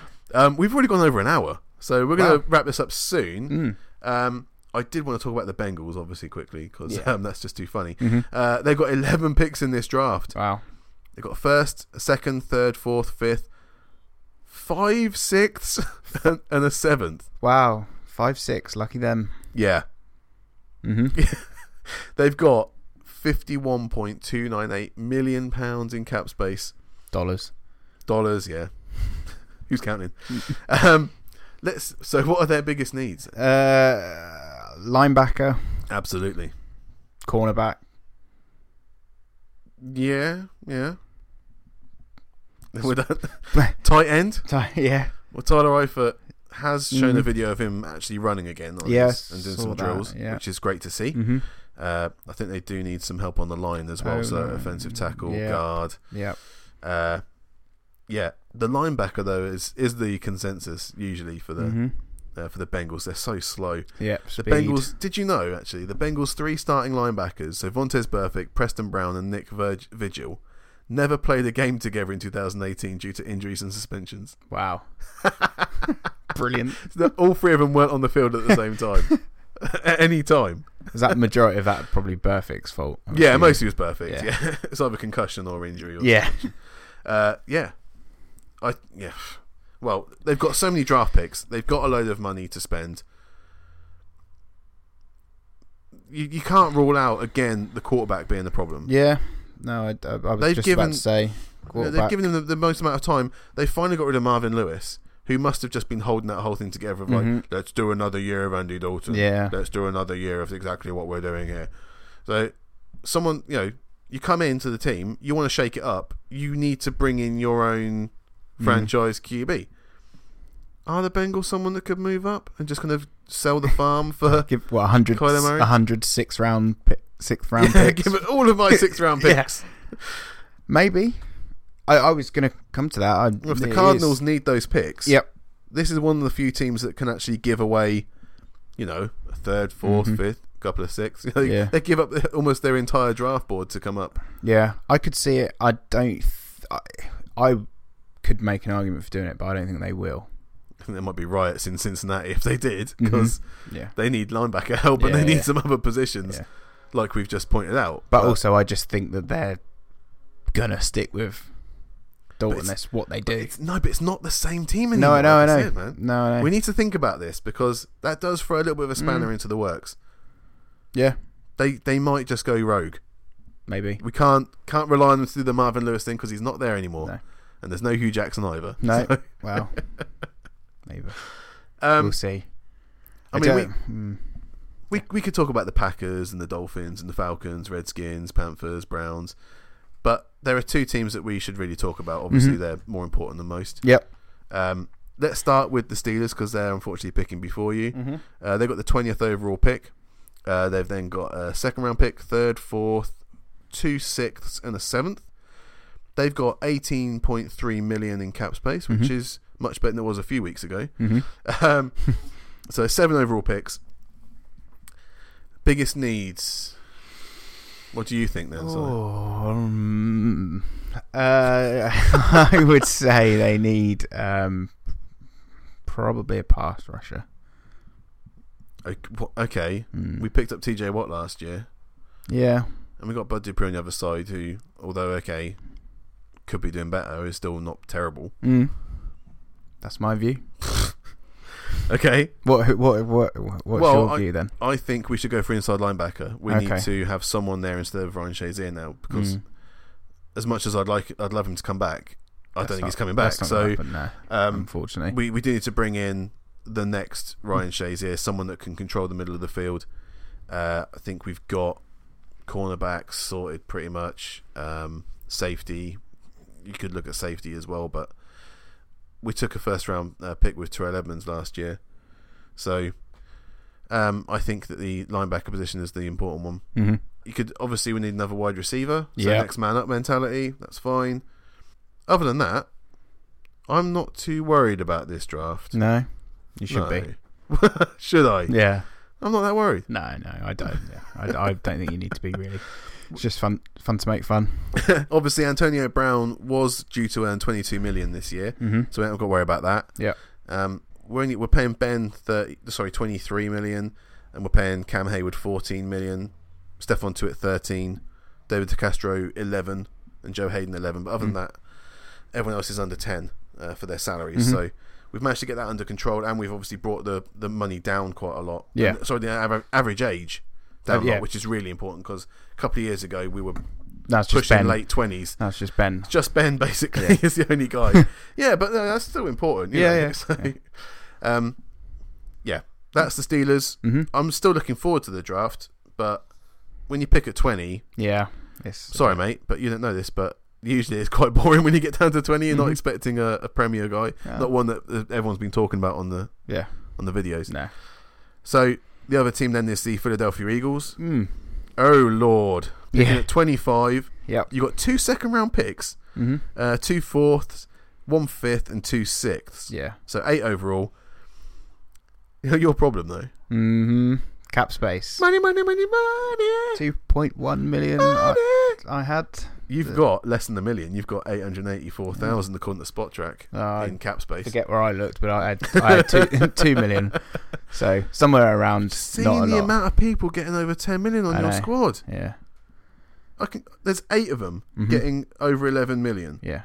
um, we've already gone over an hour, so we're going
Wow.
to wrap this up soon.
Mm.
Um, I did want to talk about the Bengals, obviously, quickly because
Yeah.
um, that's just too funny.
Mhm.
Uh, they've got eleven picks in this draft.
Wow.
They've got a first, a second, third, fourth, fifth, five sixths, and, and a seventh.
Wow. Five six. Lucky them.
Yeah,
hmm
they've got fifty-one point two nine eight million pounds in cap space.
Dollars.
Dollars, yeah. Who's counting? um, let's. So, what are their biggest needs?
Uh, linebacker,
Absolutely.
cornerback.
Yeah, yeah. With that tight end.
Ti- Yeah.
Well, Tyler Eifert has shown a
Mhm.
video of him actually running again on
Yeah,
this and doing
saw
some
that,
drills,
yeah.
which is great to see.
Mm-hmm.
Uh, I think they do need some help on the line as well.
Oh,
so
no.
offensive tackle,
Yeah.
guard.
Yeah.
Uh, yeah, the linebacker though is is the consensus usually for the
Mhm.
uh, for the Bengals. They're so slow.
Yeah.
The
Speed.
Bengals. Did you know actually the Bengals three starting linebackers, so Vontez Burfict, Preston Brown, and Nick Virg- Vigil, never played a game together in 2018 due to injuries and suspensions.
Wow. Brilliant.
So All three of them weren't on the field at the same time. At any time,
Is that majority of that probably Burfict's fault? I'm
yeah,
assuming.
mostly was perfect. Yeah,
Oh, Yeah.
it's either concussion or injury. Or
Yeah.
Uh, yeah, I yeah. Well, they've got so many draft picks. They've got a load of money to spend. You, you can't rule out again the quarterback being the problem.
Yeah. No, I, I, I was
They've
just
given-
about to say.
You know,
quarterback.
they've given him the, the most amount of time. They finally got rid of Marvin Lewis, who must have just been holding that whole thing together. Of like,
Mhm.
let's do another year of Andy Dalton.
Yeah.
Let's do another year of exactly what we're doing here. So, someone you know, you come into the team, you want to shake it up. You need to bring in your own
Mm.
franchise QB. Are the Bengals someone that could move up and just kind of sell the farm for?
Give what 100,
Kyler Murray?
100 six round pi- sixth round
Yeah,
picks.
give it all of my six round
Yeah.
picks.
Maybe. I, I was going to come to that. I,
If the
it is-
Cardinals need those picks,
Yep.
this is one of the few teams that can actually give away, you know, a third, fourth,
Mhm.
fifth, couple of six. You know,
Yeah.
They give up almost their entire draft board to come up.
Yeah, I could see it. I don't. Th- I, I could make an argument for doing it, but I don't think they will.
I think there might be riots in Cincinnati if they did because
Yeah.
they need linebacker help and
Mm-hmm.
they
Yeah,
need
yeah.
some other positions,
Yeah.
like we've just pointed out.
But also, I just think that they're gonna stick with Dalton.
it's-
That's what they
But
do.
it's- no, but it's not the same team
No,
anymore.
I know, I
That's
know,
it, man.
no, I know.
We need to think about this because that does throw a little bit of a
Mm.
spanner into the works.
yeah,
They they might just go rogue.
maybe.
We can't can't rely on them to do the Marvin Lewis thing because he's not there anymore,
No. Mm.
and there's no Hugh Jackson either.
No.
So,
Well, maybe
um,
we'll see.
I mean, we,
don't- mm,
we we could talk about the Packers and the Dolphins and the Falcons, Redskins, Panthers, Browns, but there are two teams that we should really talk about. Obviously,
Mhm.
they're more important than most.
yep.
Um, let's start with the Steelers because they're unfortunately picking before you. Uh, they've got the twentieth overall pick. Uh, they've then got a second round pick, third, fourth, two sixths, and a seventh. They've got eighteen point three million in cap space, which
Mhm.
is much better than it was a few weeks ago.
hmm
Um, so seven overall picks. Biggest needs. What do you think then? Si?
Oh, um, uh, I would say they need um, probably a pass rusher.
Ok- wha- Okay,
Mm.
we picked up T.J. Watt last year,
yeah,
and we got Bud Dupree on the other side, who, although okay, could be doing better, is still not terrible.
Mm. That's my view.
Okay,
What what what what's
Well,
your
I-
view then?
I think we should go for inside linebacker. We need
Okay.
to have someone there instead of Ryan Shazier now because
Mm.
as much as I'd like, I'd love him to come back. I
That's
don't think he's
not-
coming back.
that's not gonna
So
happen, no,
um,
unfortunately,
we we do need to bring in the next Ryan Shazier, someone that can control the middle of the field. Uh, I think we've got cornerbacks sorted pretty much. Um, safety, you could look at safety as well, but we took a first round uh, pick with Terrell Edmonds last year, so um, I think that the linebacker position is the important one.
Mhm.
You could obviously we need another wide receiver, so
Yeah.
next man up mentality. That's fine. Other than that, I'm not too worried about this draft.
no, you should be.
be. should I?
Yeah,
I'm not that worried.
no, no, I don't. Yeah. I, I don't think you need to be really. It's just fun, fun to make fun.
Obviously, Antonio Brown was due to earn 22 million this year,
Mm-hmm.
so we haven't got to worry about that.
Yeah.
Um, we're only, we're paying Ben 30, sorry 23 million, and we're paying Cam Hayward 14 million, Stefan Tuitt 13, David DeCastro 11, and Joe Hayden 11. But other than
Mm.
that, everyone else is under 10 uh, for their salaries.
Mhm.
So. We've managed to get that under control, and we've obviously brought the, the money down quite a lot.
Yeah.
And- sorry, the aver- average age down
Uh,
a
yeah.
lot, which is really important because a couple of years ago we were
That's just
pushing
Ben.
late twenties.
That's just Ben.
Just Ben basically
Yeah.
is the only guy. yeah, but no, that's still important. you
Yeah,
know,
yeah.
so, Um, yeah, that's the Steelers.
Mm-hmm.
I'm still looking forward to the draft, but when you pick at twenty,
Yeah. It's,
sorry mate, but you don't know this, but usually it's quite boring when you get down to twenty. You're not
Mhm.
expecting a, a premier guy,
Yeah.
not one that uh, everyone's been talking about on the
Yeah.
on the videos.
No.
So the other team then is the Philadelphia Eagles.
Mm.
oh lord, picking
Yeah.
at twenty five,
Yep.
you got two second round picks,
Mm-hmm.
uh, two fourths, one fifth, and two sixths.
Yeah.
So eight overall. Your problem though.
Mm-hmm. Cap space.
Money, money, money, money.
Two point one million. I,
money.
I had.
You've got less than a million. You've got eight hundred eighty-four thousand according to Spot Track
Uh, I
in cap space.
forget where I looked, but I had, I had two, two million. So somewhere around. not a
Seeing the
lot.
amount of people getting over ten million on
I
your
know.
squad,
Yeah.
I can, there's eight of them
Mhm.
getting over eleven million.
Yeah.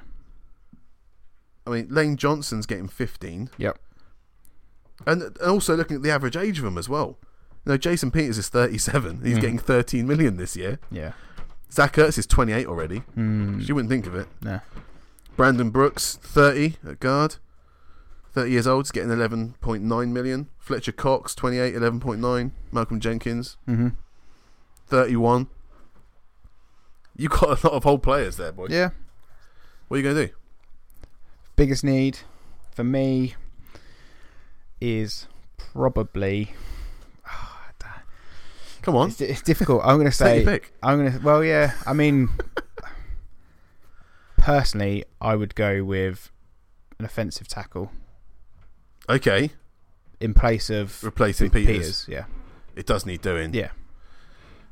I mean, Lane Johnson's getting fifteen.
Yep.
And and also looking at the average age of them as well. You know, Jason Peters is 37. He's
Mhm.
getting 13 million this year.
Yeah.
Zach Ertz is 28 already.
Mm.
You wouldn't think of it.
Nah.
Brandon Brooks, 30 at guard. 30 years old, is getting 11.9 million. Fletcher Cox, 28, 11.9. Malcolm Jenkins,
Mm-hmm.
31. You got a lot of old players there, boy.
Yeah.
What are you going to do?
biggest need for me is probably
Come on.
it's, it's difficult. I'm going to
Take your
say
pick.
I'm going to well yeah, I mean personally I would go with an offensive tackle
Okay.
in place of
Replacing Peters.
Peters, yeah.
It does need doing.
Yeah.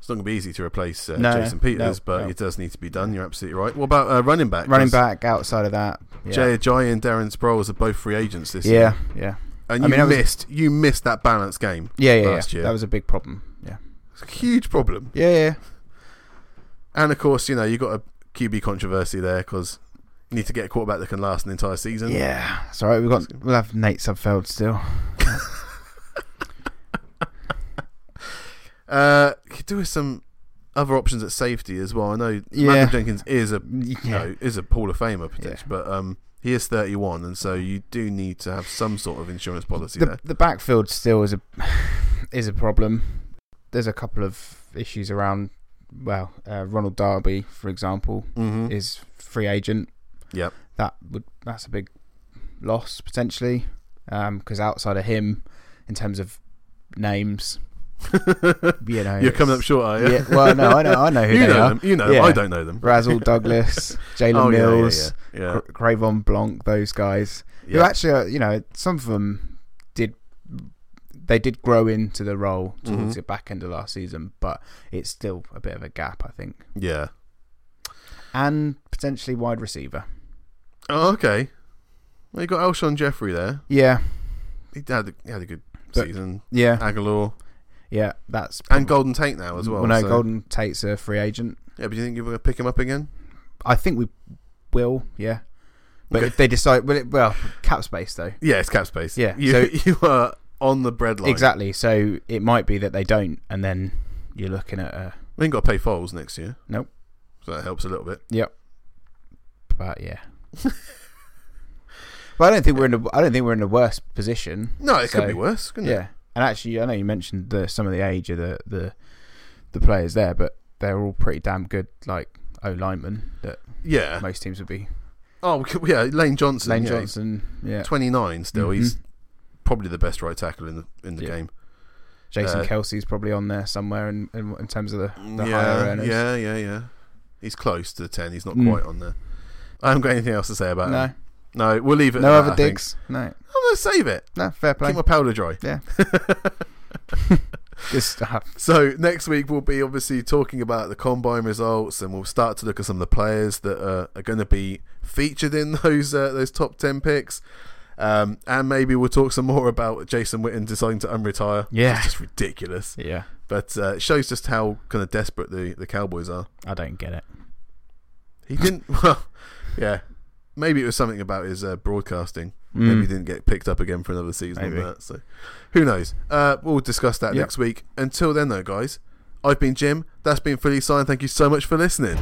It's not going to be easy to replace uh,
No,
Jason Peters,
no,
but
no.
it does need to be done. You're absolutely right. What about uh, running back?
Running
'Cause
back outside of that. Yeah.
Jay Ajayi and Darren Sproles are both free agents this year.
yeah, yeah.
And
I
you
mean, that was-
missed you missed that balance game.
Yeah, yeah,
Last
yeah.
year.
That was a big problem. Yeah.
It's a huge problem.
Yeah, yeah.
And of course, you know you got a QB controversy there because you need to get a quarterback that can last an entire season.
Yeah. It's all right. We've got we'll have Nate Subfeld still.
Uh, could do with some other options at safety as well. I know
Yeah.
Malcolm Jenkins is a you
Yeah.
know, is a Hall of Famer potentially,
Yeah.
but um, he is 31, and so you do need to have some sort of insurance policy
the,
there.
the backfield still is a is a problem. There's a couple of issues around. Well, uh, Ronald Darby, for example,
Mm-hmm.
is free agent.
Yep.
That would that's a big loss potentially because outside of him, in terms of names, you know,
You're coming up
it's-
short, are you?
Yeah, well, no, I know, I know who
you
they
know
are.
them. You know them.
Yeah.
I don't know them.
Razzle Douglas, Jalen
oh, yeah,
Mills,
yeah, yeah, yeah.
Cra- Cravon Blanc, those guys.
yeah.
who actually, are, you know, some of them did they did grow into the role towards
Mhm.
the back end of last season, but it's still a bit of a gap, I think,
Yeah.
and potentially wide receiver.
Oh, okay. Well, you got Elshon Jeffrey there.
Yeah,
He had a, he had a good
But-
season.
yeah,
Aguilar
yeah. That's
and Golden Tate now as well.
no,
so-
Golden Tate's a free agent.
Yeah, but do you think you're going to pick him up again?
I think we will. Yeah, but
Okay.
if they decide, well, it, well, cap space though.
Yeah, it's cap space.
Yeah,
you
so-
you are on the breadline.
Exactly. So it might be that they don't, and then you're looking at a.
We ain't got to pay Foles next year.
Nope.
So that helps a little bit.
But yeah. but I don't think we're in. A, I don't think we're in the worst position.
No, it
So-
could be worse, couldn't it?
Yeah, and actually, I know you mentioned the some of the age of the the, the players there, but they're all pretty damn good, like O linemen that
Yeah.
most teams would be.
Oh, we could, yeah. Lane Johnson.
Lane
yeah, he's
Johnson, yeah, Mm-hmm.
29 still. He's probably the best right tackle in the in the
Yeah.
game.
Jason
uh,
Kelsey's probably on there somewhere in in, in terms of the, the higher
yeah,
earners.
yeah, yeah, yeah. He's close to the 10. He's not
Mm.
quite on there. I haven't got anything else to say about
no,
him. No, we'll leave it.
no
at
other
that, I think.
digs, no,
I'm going to save it.
no, fair play.
Keep my powder dry.
Good stuff.
So next week we'll be obviously talking about the combine results, and we'll start to look at some of the players that are, are going to be featured in those uh, those top ten picks, um, and maybe we'll talk some more about Jason Witten deciding to unretire.
Yeah.
it's just ridiculous.
Yeah,
But uh, it shows just how kind of desperate the the Cowboys are.
I don't get it.
He didn't. well, yeah, maybe it was something about his uh, broadcasting.
Mm.
Maybe he didn't get picked up again for another season
Maybe.
or that. So who knows? Uh, we'll discuss that
Yep.
next week. Until then, though, guys, I've been Jim. That's been Philly Sign. Thank you so much for listening.